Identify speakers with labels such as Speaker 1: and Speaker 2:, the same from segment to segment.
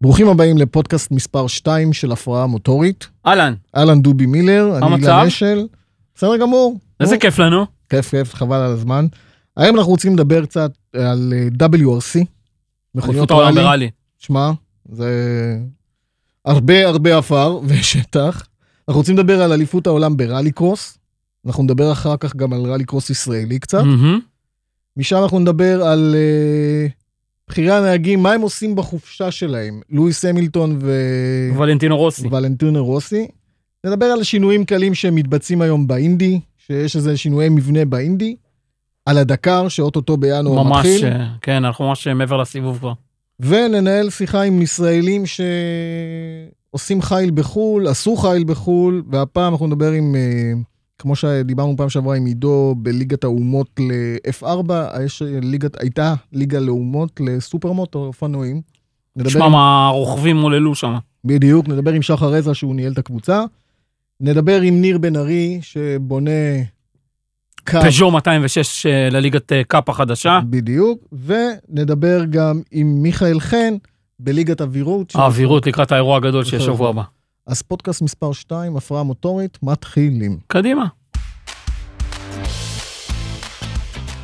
Speaker 1: ברוכים הבאים לפודקאסט מספר 2 של הפרעה מוטורית.
Speaker 2: אהלן,
Speaker 1: אהלן דובי מילר, אני
Speaker 2: המצב?
Speaker 1: אילן אשל. בסדר גמור.
Speaker 2: איזה
Speaker 1: נו,
Speaker 2: כיף לנו.
Speaker 1: כיף, כיף, חבל על הזמן. היום אנחנו רוצים לדבר קצת על אה, WRC, מכוניות
Speaker 2: אליפות העולם
Speaker 1: ראלי.
Speaker 2: בראלי.
Speaker 1: שמע, זה הרבה הרבה עפר ושטח. אנחנו רוצים לדבר על אליפות העולם בראלי קרוס. אנחנו נדבר אחר כך גם על ראלי קרוס ישראלי קצת.
Speaker 2: מהמם. Mm-hmm.
Speaker 1: משם אנחנו נדבר על אה, בכירי הנהגים, מה הם עושים בחופשה שלהם. לואיס המילטון ו... כן.
Speaker 2: ולנטינו רוסי.
Speaker 1: ולנטינו רוסי. נדבר על שינויים קלים שמתבצעים היום באינדי, שיש איזה שינויי מבנה באינדי. על הדקר, שאו-טו-טו בינואר
Speaker 2: ממש,
Speaker 1: מתחיל.
Speaker 2: אה, כן, אנחנו ממש אה, מעבר לסיבוב כבר.
Speaker 1: וננהל שיחה עם ישראלים שעושים חיל בחו"ל, עשו חיל בחו"ל, והפעם אנחנו נדבר עם, אה, כמו שדיברנו פעם שעברה עם עידו, בליגת האומות ל-F4, אה, יש ליגת, הייתה ליגה לאומות לסופר מוטו, אופנועים. נדבר אה.
Speaker 2: תשמע מה הרוכבים מוללו שם.
Speaker 1: בדיוק, נדבר עם שחר עזרא שהוא ניהל את הקבוצה. נדבר עם ניר בן ארי שבונה קו,
Speaker 2: פז'ו 206 אה, לליגת אה, קאפ החדשה.
Speaker 1: בדיוק, ונדבר גם עם מיכאל חן בליגת
Speaker 2: אה.
Speaker 1: אווירות.
Speaker 2: האווירות לקראת האירוע הגדול שיש
Speaker 1: נכון.
Speaker 2: שבוע הבא.
Speaker 1: אז פודקאסט מספר 2, הפרעה מוטורית, מתחילים.
Speaker 2: קדימה.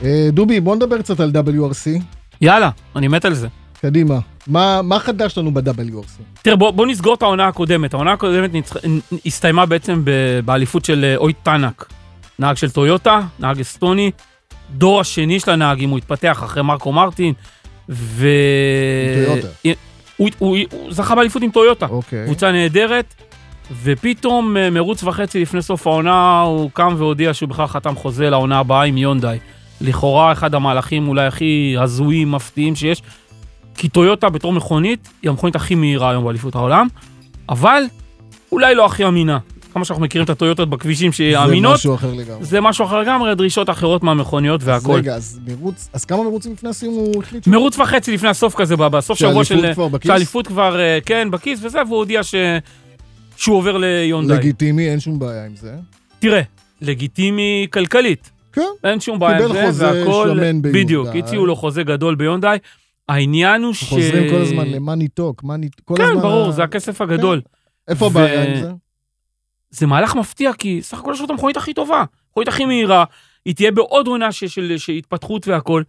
Speaker 1: אה, דובי, בוא נדבר קצת על WRC.
Speaker 2: יאללה, אני מת על זה.
Speaker 1: קדימה. מה, מה חדש לנו ב-WRC?
Speaker 2: תראה, בוא, בוא נסגור את העונה הקודמת. העונה הקודמת נצח... נ- הסתיימה בעצם ב... באליפות של אה, אוי טאנק. נהג של טויוטה, נהג אסטוני, דור השני של הנהגים, הוא התפתח אחרי מרקו מרטין, ו...
Speaker 1: טויוטה.
Speaker 2: הוא, הוא, הוא, הוא זכה באליפות עם טויוטה.
Speaker 1: אוקיי.
Speaker 2: קבוצה נהדרת, ופתאום אה, מרוץ וחצי לפני סוף העונה הוא קם והודיע שהוא בכלל חתם חוזה לעונה הבאה עם יונדאי. לכאורה אחד המהלכים אולי הכי הזויים, מפתיעים שיש, כי טויוטה בתור מכונית היא המכונית הכי מהירה היום באליפות העולם, אבל אולי לא הכי אמינה. כמה שאנחנו מכירים את הטויוטות בכבישים שהיא
Speaker 1: זה
Speaker 2: אמינות,
Speaker 1: משהו אחר לגמרי.
Speaker 2: זה משהו אחר לגמרי, דרישות אחרות מהמכוניות
Speaker 1: אז
Speaker 2: והכל.
Speaker 1: רגע, אז מרוץ, אז כמה מרוצים לפני הסיום הוא החליט? ש-
Speaker 2: מרוץ וחצי לפני הסוף כזה, ב- בסוף שבוע של...
Speaker 1: שהאליפות כבר בכיס?
Speaker 2: שהאליפות כבר, אה, כן, בכיס וזה, והוא הודיע ש... שהוא עובר ליונדאי.
Speaker 1: לגיטימי, אין שום בעיה עם זה.
Speaker 2: תראה, לגיטימי כלכלית,
Speaker 1: כן.
Speaker 2: אין שום בעיה עם
Speaker 1: קיבל
Speaker 2: זה,
Speaker 1: חוזה
Speaker 2: והכל,
Speaker 1: שמן ביונדאי.
Speaker 2: בדיוק, הציעו לו חוזה גדול ביונדאי, העניין הוא ש...
Speaker 1: חוזרים כל הזמן למאני טוק, מאני... כל
Speaker 2: כן,
Speaker 1: הזמן
Speaker 2: ברור,
Speaker 1: ה-
Speaker 2: זה הכסף הגדול.
Speaker 1: איפה
Speaker 2: ו-
Speaker 1: הבעיה עם זה?
Speaker 2: זה מהלך מפתיע, כי סך הכל יש לו את המכונית הכי טובה, המכונית הכי מהירה, היא תהיה בעוד עונה ש- של של התפתחות והכל.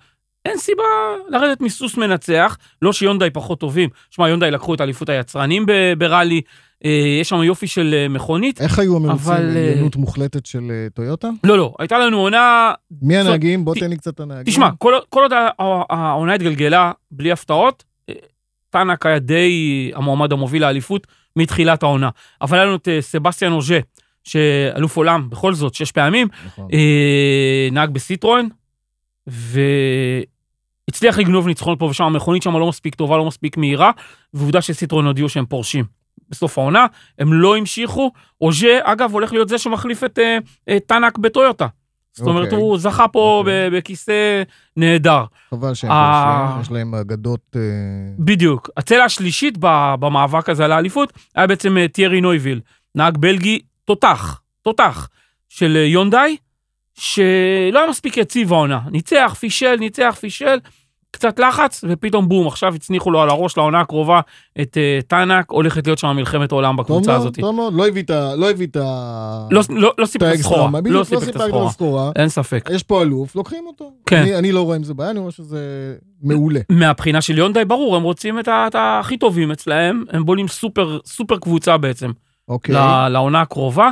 Speaker 2: אין סיבה לרדת מסוס מנצח, לא שיונדאי פחות טובים. שמע, יונדאי לקחו את אליפות היצרנים ב- בראלי, אה, יש שם יופי של אה, מכונית.
Speaker 1: איך היו המרוצים?
Speaker 2: אבל, אה,
Speaker 1: עליונות מוחלטת של אה, טויוטה?
Speaker 2: לא, לא, הייתה לנו עונה
Speaker 1: מי
Speaker 2: זאת-
Speaker 1: הנהגים? בוא
Speaker 2: ת-
Speaker 1: תן לי קצת את הנהגים.
Speaker 2: תשמע, כל, כל עוד הע- העונה התגלגלה בלי הפתעות, אה, טאנק היה די המועמד המוביל לאליפות מתחילת העונה. אבל היה לנו את אה, סבסטיאן אוז'ה, שאלוף עולם בכל זאת, שש פעמים,
Speaker 1: נכון.
Speaker 2: אה, נהג בסיטרואן, והצליח לגנוב ניצחון פה ושם, המכונית שם לא מספיק טובה, לא מספיק מהירה, ועובדה שסיטרואן הודיעו שהם פורשים. בסוף העונה, הם לא המשיכו. אוז'ה, אגב, הולך להיות זה שמחליף את אה, אה, טאנק בטויוטה. זאת אומרת,
Speaker 1: אוקיי.
Speaker 2: הוא זכה פה
Speaker 1: אוקיי.
Speaker 2: ב- בכיסא נהדר.
Speaker 1: חבל שהם
Speaker 2: אה.
Speaker 1: פרשים, יש להם אגדות... אה,
Speaker 2: בדיוק. הצלע השלישית ב- במאבק הזה על האליפות היה בעצם אה, תיארי נויביל, נהג בלגי תותח, תותח, של אה, יונדאי, שלא היה מספיק יציב העונה. ניצח, פישל, ניצח, פישל, קצת לחץ, ופתאום בום, עכשיו הצניחו לו על הראש לעונה הקרובה את אה, טאנק, הולכת להיות שם מלחמת עולם
Speaker 1: טוב
Speaker 2: בקבוצה
Speaker 1: מאוד,
Speaker 2: הזאת.
Speaker 1: טוב מאוד, לא הביא את ה... לא הביא את ה...
Speaker 2: לא- לא לא
Speaker 1: את
Speaker 2: סיפק
Speaker 1: האקסטרה,
Speaker 2: סחורה,
Speaker 1: בדיוק,
Speaker 2: לא סיפק את הסחורה,
Speaker 1: הסחורה.
Speaker 2: אין ספק.
Speaker 1: יש פה אלוף, לוקחים אותו.
Speaker 2: כן.
Speaker 1: אני- אני לא רואה עם זה בעיה, אני רואה שזה מעולה.
Speaker 2: מהבחינה של יונדאי, ברור, הם רוצים את ה- את הכי טובים אצלהם, הם בונים סופר, סופר קבוצה בעצם.
Speaker 1: אוקיי.
Speaker 2: ל- לעונה הקרובה.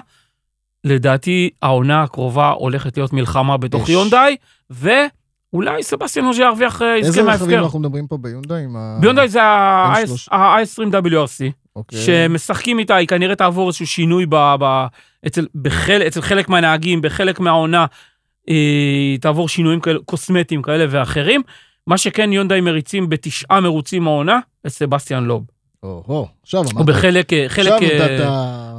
Speaker 2: לדעתי העונה הקרובה הולכת להיות מלחמה בתוך
Speaker 1: יש.
Speaker 2: יונדאי, ואולי סבסטיאן אוז'ה ירוויח אה,
Speaker 1: איזה
Speaker 2: יזכה
Speaker 1: רכבים
Speaker 2: מההפקר.
Speaker 1: אנחנו מדברים פה ביונדאי? עם ה-
Speaker 2: ביונדאי זה
Speaker 1: שלוש.
Speaker 2: ה-i20WRC,
Speaker 1: אוקיי.
Speaker 2: שמשחקים איתה, היא כנראה תעבור איזשהו שינוי ב- ב- אצל בחל- אצל חלק מהנהגים, בחלק מהעונה, אה, היא תעבור שינויים כאלה- קוסמטיים כאלה ואחרים. מה שכן, יונדאי מריצים בתשעה מרוצים העונה, את סבסטיאן לוב.
Speaker 1: או-הו, עכשיו אמרת.
Speaker 2: הוא בחלק, אה, חלק...
Speaker 1: עכשיו
Speaker 2: אה,
Speaker 1: נתת...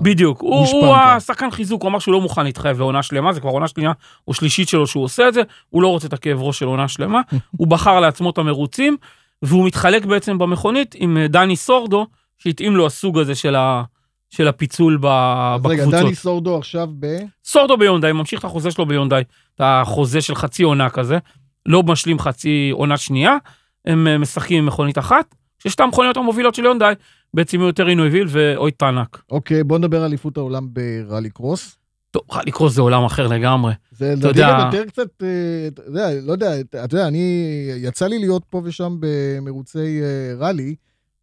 Speaker 2: בדיוק, הוא,
Speaker 1: גושפנקה.
Speaker 2: הוא השחקן חיזוק, הוא אמר שהוא לא מוכן להתחייב לעונה שלמה, זה כבר עונה שנייה או שלישית שלו שהוא עושה את זה, הוא לא רוצה את הכאב ראש של עונה שלמה, הוא בחר לעצמו את המרוצים, והוא מתחלק בעצם במכונית עם אה, דני סורדו, שהתאים לו הסוג הזה של, ה, של הפיצול ב,
Speaker 1: אז רגע,
Speaker 2: בקבוצות.
Speaker 1: דני סורדו עכשיו ב...
Speaker 2: סורדו ביונדאי, ממשיך את החוזה שלו ביונדאי, את החוזה של חצי עונה כזה, לא משלים חצי עונה שנייה, הם אה, משחקים עם מכונית אחת, יש את המכוניות המובילות של יונדאי, בעצם יותר רינויביל ואוי טענק.
Speaker 1: אוקיי, בוא נדבר על אליפות העולם בראלי קרוס.
Speaker 2: טוב, לקרוא זה עולם אחר לגמרי.
Speaker 1: זה
Speaker 2: אתה
Speaker 1: לדעתי
Speaker 2: יודע-
Speaker 1: גם יותר קצת, אה, אתה יודע, לא יודע, אתה אתה יודע, אני, יצא לי להיות פה ושם במרוצי אה, ראלי,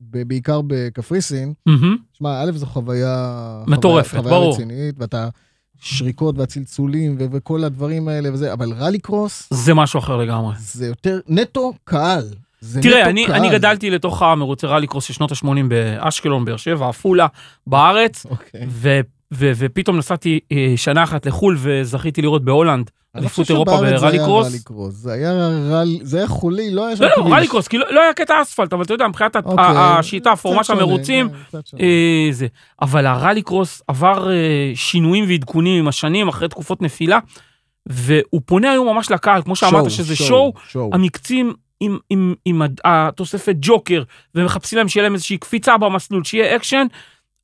Speaker 1: ב- בעיקר בקפריסין.
Speaker 2: מהמם.
Speaker 1: שמע, א', זו חוויה...
Speaker 2: מטורפת,
Speaker 1: חוויה,
Speaker 2: ברור.
Speaker 1: חוויה רצינית, ואתה... שריקות והצלצולים ו- וכל הדברים האלה וזה, אבל ראלי קרוס
Speaker 2: זה משהו אחר לגמרי.
Speaker 1: זה יותר נטו קהל. זה
Speaker 2: תראה,
Speaker 1: נטו
Speaker 2: אני,
Speaker 1: קהל.
Speaker 2: אני גדלתי לתוך המרוצי רלי קרוס של שנות ה-80 באשקלון, באר שבע, עפולה, בארץ,
Speaker 1: אוקיי.
Speaker 2: ו, ו, ופתאום נסעתי אה, שנה אחת לחו"ל וזכיתי לראות בהולנד
Speaker 1: אני לא חושב
Speaker 2: אליפות אירופה
Speaker 1: שבארץ זה
Speaker 2: בראלי
Speaker 1: היה
Speaker 2: קרוס.
Speaker 1: ראלי קרוס. זה היה ראלי, זה היה חולי, לא היה שם
Speaker 2: לא,
Speaker 1: כביש.
Speaker 2: לא, רלי קרוס, כי לא, לא היה קטע אספלט, אבל אתה יודע, מבחינת okay.
Speaker 1: אוקיי.
Speaker 2: השיטה,
Speaker 1: קצת
Speaker 2: הפורמה של
Speaker 1: שונה,
Speaker 2: המרוצים,
Speaker 1: כן, קצת שונה.
Speaker 2: אה, זה. אבל הרלי קרוס עבר אה, שינויים ועדכונים עם השנים, אחרי תקופות נפילה, והוא פונה היום ממש לקהל, כמו שאמרת, שזה שואו,
Speaker 1: שואו.
Speaker 2: המקצים עם, עם, עם הד- התוספת ג'וקר, ומחפשים להם שיהיה להם איזושהי קפיצה במסלול, שיהיה אקשן,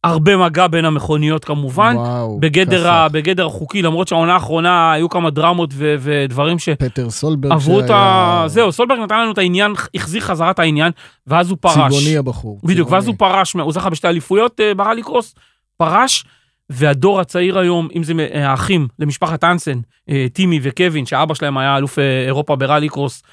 Speaker 2: הרבה מגע בין המכוניות כמובן,
Speaker 1: וואו,
Speaker 2: בגדר,
Speaker 1: כסף.
Speaker 2: ה, בגדר החוקי, למרות שהעונה האחרונה היו כמה דרמות ו, ודברים
Speaker 1: פטר סולברג
Speaker 2: שעברו את ה...
Speaker 1: שהיה
Speaker 2: זהו, סולברג נתן לנו את העניין, החזיר חזרה את העניין, ואז הוא פרש.
Speaker 1: צבעוני הבחור.
Speaker 2: בדיוק, ואז הוא
Speaker 1: צבעוני.
Speaker 2: פרש, הוא זכה בשתי אליפויות אה, ברלי קרוס, פרש, והדור הצעיר היום, אם זה אה, האחים למשפחת אנסן, אה, טימי וקווין, שאבא שלהם היה אלוף אה, אירופה ברלי קרוס,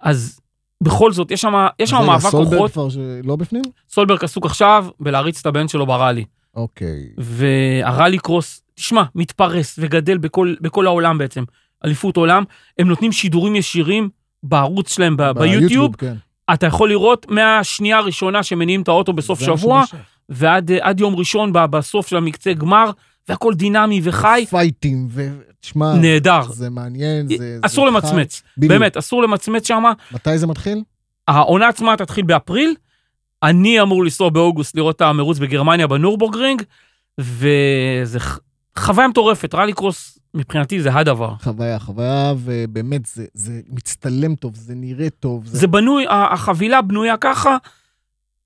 Speaker 2: אז בכל זאת, יש שם- יש שם
Speaker 1: רגע,
Speaker 2: מאבק
Speaker 1: סולברג
Speaker 2: כוחות,
Speaker 1: כבר שלא בפנים?
Speaker 2: סולברג עסוק עכשיו בלהריץ את הבן שלו ברלי,
Speaker 1: אוקיי.
Speaker 2: והרלי קרוס, תשמע, מתפרס וגדל בכל, בכל העולם בעצם, אליפות עולם, הם נותנים שידורים ישירים בערוץ שלהם, ב- ביוטיוב,
Speaker 1: כן.
Speaker 2: אתה יכול לראות מהשנייה הראשונה שמניעים את האוטו בסוף
Speaker 1: זה מה
Speaker 2: שבוע,
Speaker 1: שאני חושב.
Speaker 2: ועד אה, עד יום ראשון ב- בסוף של המקצה גמר, והכל דינמי וחי,
Speaker 1: פייטים, ו- תשמע,
Speaker 2: נהדר.
Speaker 1: זה מעניין, זה... זה
Speaker 2: אסור
Speaker 1: חי.
Speaker 2: למצמץ,
Speaker 1: בדיוק.
Speaker 2: באמת, אסור למצמץ שם.
Speaker 1: מתי זה מתחיל?
Speaker 2: העונה עצמה תתחיל באפריל, אני אמור לנסוע באוגוסט לראות את המרוץ בגרמניה בנורבורגרינג, וזה ח- חוויה מטורפת, ראלי קרוס מבחינתי זה הדבר.
Speaker 1: חוויה, חוויה, ובאמת, זה, זה מצטלם טוב, זה נראה טוב.
Speaker 2: זה בנוי, ה- החבילה בנויה ככה,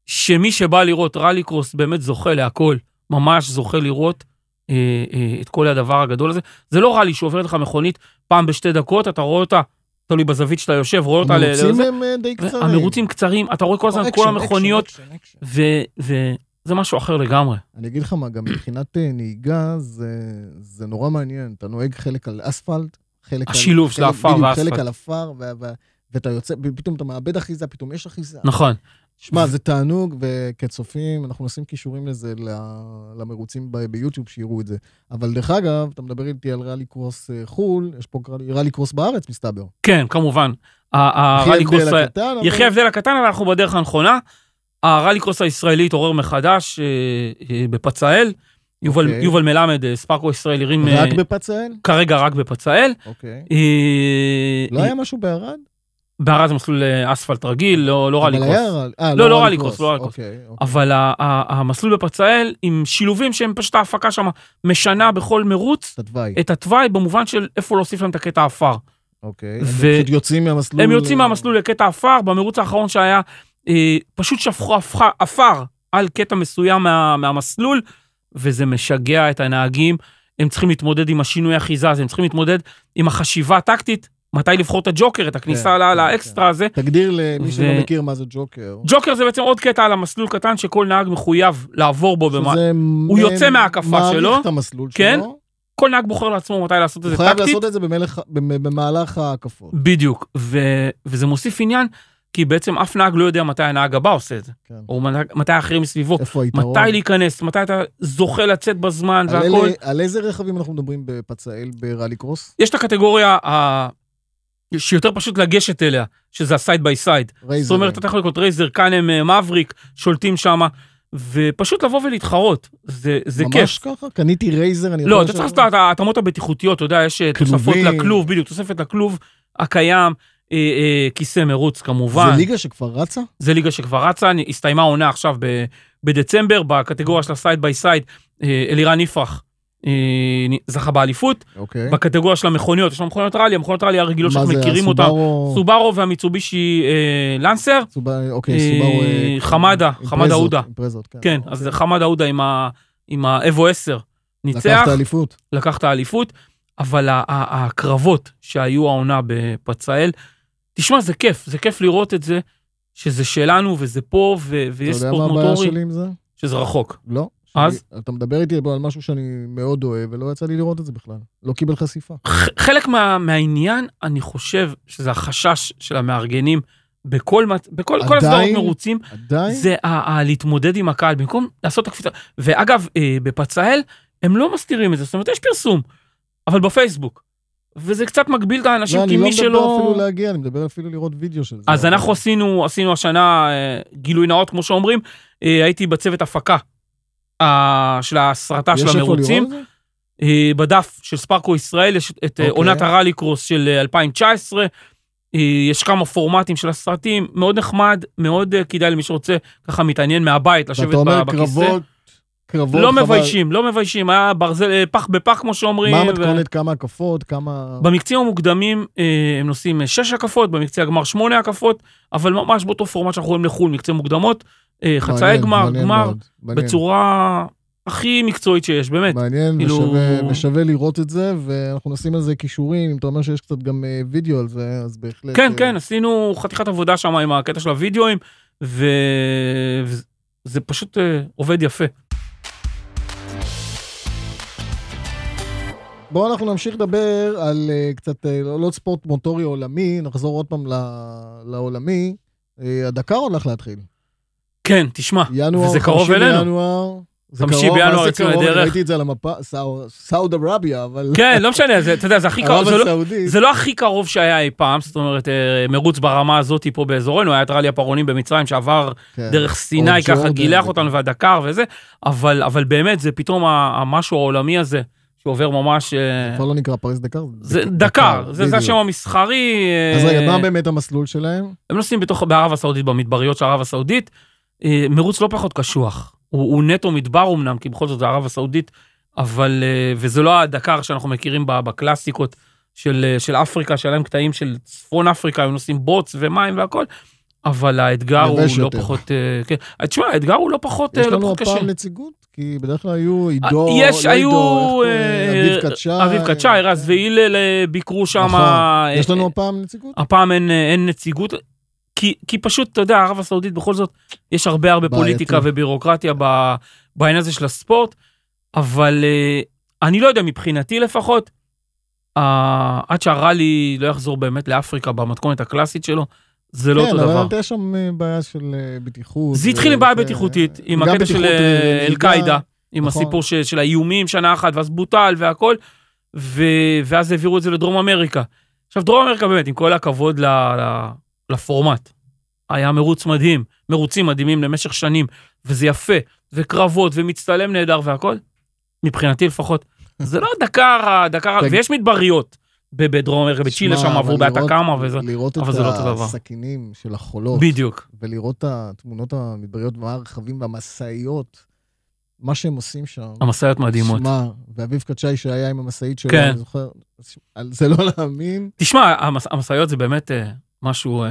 Speaker 2: שמי שבא לראות ראלי קרוס באמת זוכה להכל, ממש זוכה לראות אה, אה, את כל הדבר הגדול הזה. זה לא ראלי שעוברת לך מכונית פעם בשתי דקות, אתה רואה אותה, תלוי בזווית שאתה יושב, רואה אותה... ל-
Speaker 1: המרוצים
Speaker 2: לזה.
Speaker 1: הם אה, די קצרים.
Speaker 2: המרוצים קצרים, אתה רואה כל הזמן את כל
Speaker 1: אקשן,
Speaker 2: המכוניות,
Speaker 1: אקשן, אקשן, אקשן.
Speaker 2: ו- וזה משהו אחר לגמרי.
Speaker 1: אני אגיד לך מה, גם מבחינת אה, נהיגה, זה, זה נורא מעניין. אתה נוהג חלק על אספלט, חלק על...
Speaker 2: השילוב של
Speaker 1: חלק-
Speaker 2: העפר
Speaker 1: כן, בדיוק,
Speaker 2: והאספלט.
Speaker 1: חלק על עפר, ו- ו- ואתה יוצא, פתאום אתה מאבד אחיזה, פתאום יש אחיזה.
Speaker 2: נכון.
Speaker 1: שמע, זה תענוג, וכצופים, אנחנו נשים קישורים לזה ל- למרוצים ב- ביוטיוב, שיראו את זה. אבל דרך אגב, אתה מדבר איתי על ראלי קרוס אה, חו"ל, יש פה ראלי- ראלי קרוס בארץ, מסתבר.
Speaker 2: כן, כמובן. ה- ה- הראלי קרוס... ה- יחי
Speaker 1: יחי...
Speaker 2: ההבדל הקטן, אבל אנחנו בדרך הנכונה. הראלי קרוס הישראלי התעורר מחדש אה, אה, בפצאל. יובל,
Speaker 1: אוקיי.
Speaker 2: יובל מלמד, אה, ספארקו ישראלי, הרים אה,
Speaker 1: רק בפצאל?
Speaker 2: כרגע רק בפצאל.
Speaker 1: אוקיי.
Speaker 2: אה,
Speaker 1: לא
Speaker 2: אה,
Speaker 1: היה משהו בערד?
Speaker 2: בערד זה מסלול אה, אספלט רגיל, לא, לא ראלי
Speaker 1: אבל
Speaker 2: קרוס.
Speaker 1: היה ראלי- אה,
Speaker 2: לא, לא
Speaker 1: ראלי
Speaker 2: ראלי קרוס, לא ראלי קרוס.
Speaker 1: אוקיי, אוקיי.
Speaker 2: אבל ה- ה- המסלול בפצאל עם שילובים שהם פשוט ההפקה שם משנה בכל מרוץ
Speaker 1: את התוואי,
Speaker 2: את התוואי במובן של איפה להוסיף להם את הקטע האפר.
Speaker 1: אוקיי.
Speaker 2: ו-
Speaker 1: הם פשוט יוצאים מהמסלול.
Speaker 2: הם יוצאים
Speaker 1: אה,
Speaker 2: מהמסלול לקטע עפר, במרוץ האחרון שהיה, אה, פשוט שפכו עפר- עפר על קטע מסוים מה, מהמסלול, וזה משגע את הנהגים. הם צריכים להתמודד עם השינוי אחיזה, הזה, הם צריכים להתמודד עם החשיבה הטקטית, מתי לבחור את הג'וקר, את הכניסה
Speaker 1: כן,
Speaker 2: ל-
Speaker 1: כן,
Speaker 2: לאקסטרה הזה.
Speaker 1: תגדיר למי
Speaker 2: ו-
Speaker 1: שלא מכיר מה זה ג'וקר.
Speaker 2: ג'וקר זה בעצם עוד קטע על המסלול קטן שכל נהג מחויב לעבור בו. במה...
Speaker 1: שזה
Speaker 2: הוא יוצא
Speaker 1: מ-
Speaker 2: מההקפה שלו.
Speaker 1: מעריך את המסלול שלו.
Speaker 2: כן. כל נהג בוחר לעצמו מתי לעשות את
Speaker 1: הוא
Speaker 2: זה
Speaker 1: חייב
Speaker 2: טקטית.
Speaker 1: לעשות את זה במלך- במ- במהלך ההקפות.
Speaker 2: בדיוק, ו... וזה מוסיף עניין, כי בעצם אף נהג לא יודע מתי הנהג הבא עושה את זה,
Speaker 1: כן.
Speaker 2: או מתי- מתי האחרים מסביבו.
Speaker 1: איפה היתרון?
Speaker 2: מתי להיכנס, מתי אתה זוכה לצאת בזמן
Speaker 1: על
Speaker 2: והכל.
Speaker 1: אלה- על איזה רכבים אנחנו מדברים בפצאל בראלי קרוס?
Speaker 2: יש את הקטגוריה ה... שיותר פשוט לגשת אליה, שזה הסייד ביי סייד. זאת
Speaker 1: רייזרים.
Speaker 2: אומרת, אתה יכול לקרוא רייזר, כאן הם אה, מבריק, שולטים שם, ופשוט לבוא ולהתחרות, זה, זה כיף.
Speaker 1: ממש ככה? קניתי רייזר, אני
Speaker 2: לא,
Speaker 1: יכול
Speaker 2: אתה צריך
Speaker 1: לשבת-
Speaker 2: לעשות את ההתאמות הבטיחותיות, אתה יודע, יש אה, תוספות
Speaker 1: כלובים.
Speaker 2: לכלוב, בדיוק, תוספת לכלוב הקיים, אה, אה, כיסא מרוץ כמובן.
Speaker 1: זה ליגה שכבר רצה?
Speaker 2: זה ליגה שכבר רצה, אני- הסתיימה העונה עכשיו ב, בדצמבר, בקטגוריה של הסייד ביי סייד, אה, אלירן יפרח אה, נ- זכה באליפות,
Speaker 1: אוקיי.
Speaker 2: בקטגוריה של המכוניות, יש לנו מכוניות ראלי, המכוניות ראלי הרגילות
Speaker 1: מה
Speaker 2: שאנחנו
Speaker 1: זה,
Speaker 2: מכירים אותן,
Speaker 1: הסובארו-
Speaker 2: סובארו והמיצובישי אה, לנסר,
Speaker 1: סובא- אוקיי,
Speaker 2: אה,
Speaker 1: סובארו... אה,
Speaker 2: חמדה,
Speaker 1: עם
Speaker 2: חמדה
Speaker 1: פרזות,
Speaker 2: עודה.
Speaker 1: עם פרזות, כן.
Speaker 2: כן, אז חמד עודה עם ה- עם האבו 10 ניצח,
Speaker 1: לקחת אליפות.
Speaker 2: לקח את האליפות, אבל ה- ה- הקרבות שהיו העונה בפצאל, תשמע, זה כיף, זה כיף לראות את זה, שזה שלנו וזה פה, ו- ויש
Speaker 1: אתה יודע
Speaker 2: ספורט
Speaker 1: מה הבעיה
Speaker 2: מוטורי,
Speaker 1: שלי עם זה?
Speaker 2: שזה רחוק.
Speaker 1: לא.
Speaker 2: אז?
Speaker 1: שאני- אתה מדבר איתי פה על משהו שאני מאוד אוהב, ולא יצא לי לראות את זה בכלל. לא קיבל חשיפה.
Speaker 2: ח- חלק מה, מהעניין, אני חושב שזה החשש של המארגנים בכל, מת- בכל כל
Speaker 1: עדיין-
Speaker 2: הסדרות מרוצים,
Speaker 1: עדיין?
Speaker 2: זה ה- ה- להתמודד עם הקהל, במקום לעשות את הקפיצה. ואגב, אה, בפצאל, הם לא מסתירים את זה, זאת אומרת, יש פרסום, אבל בפייסבוק. וזה קצת מגביל את האנשים,
Speaker 1: לא,
Speaker 2: כי
Speaker 1: אני לא
Speaker 2: מי
Speaker 1: מדבר אפילו
Speaker 2: שלא...
Speaker 1: להגיע, אני מדבר אפילו לראות וידאו של זה.
Speaker 2: אז אנחנו עשינו, עשינו השנה אה, גילוי נאות, כמו שאומרים, אה, הייתי בצוות הפקה אה, של הסרטה של המרוצים.
Speaker 1: יש איפה לראות את זה?
Speaker 2: אה, בדף של ספרקו ישראל יש את okay.
Speaker 1: אוקיי.
Speaker 2: עונת הראלי קרוס של אה, 2019, אה, יש כמה פורמטים של הסרטים, מאוד נחמד, מאוד אה, כדאי למי שרוצה ככה מתעניין מהבית לשבת
Speaker 1: ואתה אומר
Speaker 2: ב- בכיסא.
Speaker 1: קרבות, קרבות,
Speaker 2: לא
Speaker 1: חבל.
Speaker 2: מביישים, לא מביישים, היה ברזל, אה, פח בפח כמו שאומרים.
Speaker 1: מה
Speaker 2: ו-
Speaker 1: המתכונת, כמה הקפות, כמה...
Speaker 2: במקצים המוקדמים אה, הם נוסעים אה, שש הקפות, במקצה הגמר שמונה הקפות, אבל ממש באותו פורמט שאנחנו רואים לחו"ל, מקצה מוקדמות, אה, חצאי
Speaker 1: מעניין,
Speaker 2: גמר,
Speaker 1: מעניין
Speaker 2: גמר,
Speaker 1: מאוד, מעניין.
Speaker 2: בצורה הכי מקצועית שיש, באמת.
Speaker 1: מעניין,
Speaker 2: כאילו-
Speaker 1: ושווה- ושווה לראות את זה, ואנחנו נשים על זה קישורים, אם אתה אומר שיש קצת גם אה, וידאו על זה, אז בהחלט...
Speaker 2: כן,
Speaker 1: אה,
Speaker 2: כן, עשינו חתיכת עבודה שם עם הקטע של הוידאוים, ו- וזה פשוט אה, עובד יפה.
Speaker 1: בואו אנחנו נמשיך לדבר על אה, קצת, אה, לא לא ספורט מוטורי עולמי, נחזור עוד פעם ל- לעולמי. אה, הדקר הולך להתחיל.
Speaker 2: כן, תשמע,
Speaker 1: ינואר,
Speaker 2: וזה קרוב
Speaker 1: חמישי
Speaker 2: אלינו.
Speaker 1: בינואר. זה
Speaker 2: חמישי
Speaker 1: קרוב, מה
Speaker 2: בינואר
Speaker 1: זה
Speaker 2: יוצאים
Speaker 1: קרוב?
Speaker 2: לדרך.
Speaker 1: ראיתי את זה על המפה, סאו- סאוד ערביה, אבל...
Speaker 2: כן, לא משנה, זה, אתה יודע, זה הכי קרוב,
Speaker 1: ערב
Speaker 2: זה לא,
Speaker 1: הסעודית.
Speaker 2: זה לא הכי קרוב שהיה אי פעם, זאת אומרת, אה, מרוץ ברמה הזאת פה באזורנו, היה את רלי הפרעונים במצרים שעבר
Speaker 1: כן.
Speaker 2: דרך
Speaker 1: אור
Speaker 2: סיני, ככה
Speaker 1: ג'ורדן
Speaker 2: גילח
Speaker 1: וכאלה.
Speaker 2: אותנו והדקר וזה, אבל, אבל באמת, זה פתאום ה- המשהו העולמי הזה, שעובר ממש... אה,
Speaker 1: כבר לא נקרא פריז דקר.
Speaker 2: זה דקר, זה זה
Speaker 1: בדיוק.
Speaker 2: השם המסחרי.
Speaker 1: אז רגע,
Speaker 2: אה,
Speaker 1: מה באמת המסלול שלהם?
Speaker 2: הם נוסעים בתוך, בערב הסעודית, במדבריות של ערב הסעודית, אה, מרוץ לא פחות קשוח. הוא, הוא נטו מדבר אמנם, כי בכל זאת זה ערב הסעודית, אבל, אה, וזה לא הדקר שאנחנו מכירים ב- בקלאסיקות של, אה, של אפריקה, שהיה להם קטעים של צפון אפריקה, הם נוסעים בוץ ומים והכל, אבל האתגר הוא
Speaker 1: יבש
Speaker 2: לא
Speaker 1: יותר.
Speaker 2: פחות... אה, כן. אה, תשמע, האתגר הוא לא פחות,
Speaker 1: יש
Speaker 2: אה, לא
Speaker 1: לנו
Speaker 2: פחות קשה.
Speaker 1: הפעם נציגות? כי בדרך כלל היו עידו,
Speaker 2: אה, יש,
Speaker 1: לא
Speaker 2: היו,
Speaker 1: עידו, איך
Speaker 2: אה,
Speaker 1: קוראים? אביב קדשי.
Speaker 2: אביב קדשי, רז והילל אה, ביקרו שם...
Speaker 1: נכון.
Speaker 2: אה,
Speaker 1: יש לנו הפעם נציגות?
Speaker 2: הפעם אין, אה, אין נציגות, כי, כי פשוט, אתה יודע, ערב הסעודית בכל זאת, יש הרבה הרבה
Speaker 1: בעייתי.
Speaker 2: פוליטיקה ובירוקרטיה ב- בעניין הזה של הספורט, אבל אה, אני לא יודע, מבחינתי לפחות, אה, עד שהרלי לא יחזור באמת לאפריקה במתכונת הקלאסית שלו, זה לא אותו
Speaker 1: כן,
Speaker 2: דבר.
Speaker 1: אבל יש שם אה, בעיה של אה, בטיחות.
Speaker 2: זה התחיל
Speaker 1: אה,
Speaker 2: עם בעיה
Speaker 1: כן.
Speaker 2: בטיחותית, עם
Speaker 1: גם
Speaker 2: הקטע
Speaker 1: בטיחות,
Speaker 2: של
Speaker 1: אה,
Speaker 2: אל-קאעידה, עם
Speaker 1: נכון.
Speaker 2: הסיפור ש- של האיומים שנה אחת, ואז בוטל והכל, ו- ואז העבירו את זה לדרום אמריקה. עכשיו, דרום אמריקה באמת, עם כל הכבוד ל- ל- לפורמט, היה מרוץ מדהים, מרוצים מדהימים למשך שנים, וזה יפה, וקרבות, ומצטלם נהדר והכל, מבחינתי לפחות. זה לא הדקר, הדקר,
Speaker 1: תגיד-
Speaker 2: ויש מדבריות ב- בדרום אמריקה, בצ'ילה
Speaker 1: שמע,
Speaker 2: שם עברו
Speaker 1: אבל לראות-
Speaker 2: באתקמה וזה,
Speaker 1: לראות את
Speaker 2: אבל זה לא אותו דבר.
Speaker 1: הסכינים של החולות,
Speaker 2: בדיוק.
Speaker 1: ולראות את התמונות המדבריות והרכבים והמשאיות, מה שהם עושים שם.
Speaker 2: המשאיות מדהימות.
Speaker 1: שמע, ואביב קדשי שהיה עם המשאית שלו,
Speaker 2: כן.
Speaker 1: אני זוכר, על זה לא להאמין.
Speaker 2: תשמע, המס- המשאיות זה באמת אה, משהו... אה,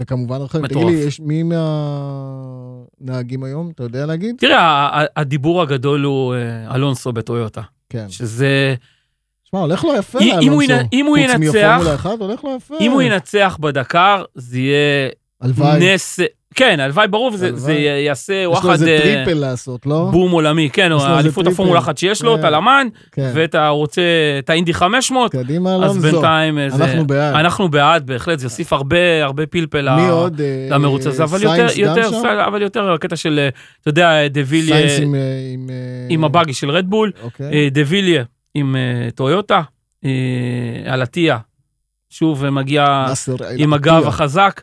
Speaker 1: וכמובן רכבים. תגיד
Speaker 2: מטורף.
Speaker 1: לי, יש מי מהנהגים היום, אתה יודע להגיד?
Speaker 2: תראה, ה- ה- הדיבור הגדול הוא אה, אלונסו בטויוטה,
Speaker 1: כן.
Speaker 2: שזה...
Speaker 1: שמע, הולך לו יפה
Speaker 2: אם- אם
Speaker 1: לאלונסו.
Speaker 2: הוא ינ- אם הוא ינצח-
Speaker 1: חוץ מפורמולה 1, הולך לו יפה.
Speaker 2: אם הוא ינצח בדקר, זה יהיה
Speaker 1: אה. הלוואי.
Speaker 2: נס... כן, הלוואי, ברור, וזה-
Speaker 1: הלוואי.
Speaker 2: זה יעשה
Speaker 1: יש לו
Speaker 2: וואחד
Speaker 1: איזה
Speaker 2: אה,
Speaker 1: טריפל לעשות, לא?
Speaker 2: בום עולמי. כן,
Speaker 1: לו איזה
Speaker 2: האליפות
Speaker 1: טריפל.
Speaker 2: הפורמולה אחת שיש לו,
Speaker 1: כן.
Speaker 2: את הלמן,
Speaker 1: כן.
Speaker 2: ואת הרוצה, את האינדי 500,
Speaker 1: קדימה,
Speaker 2: אז
Speaker 1: אלונזו.
Speaker 2: בינתיים אה, זה...
Speaker 1: אנחנו בעד.
Speaker 2: אנחנו בעד, בהחלט, זה יוסיף הרבה הרבה פלפל. ל-
Speaker 1: מי עוד? אה,
Speaker 2: למרוץ הזה, אבל יותר,
Speaker 1: סיינס גם
Speaker 2: יותר,
Speaker 1: שם?
Speaker 2: סי- אבל יותר הקטע של, אה, אתה יודע, דה ויליה
Speaker 1: סיינס עם, אה, עם... אה,
Speaker 2: עם הבאגי של רדבול,
Speaker 1: אוקיי.
Speaker 2: אה, דה ויליה עם אה, טויוטה, אה, אלטיה, שוב אה, מגיע
Speaker 1: נאסר
Speaker 2: עם
Speaker 1: אל-עטיה.
Speaker 2: הגב החזק.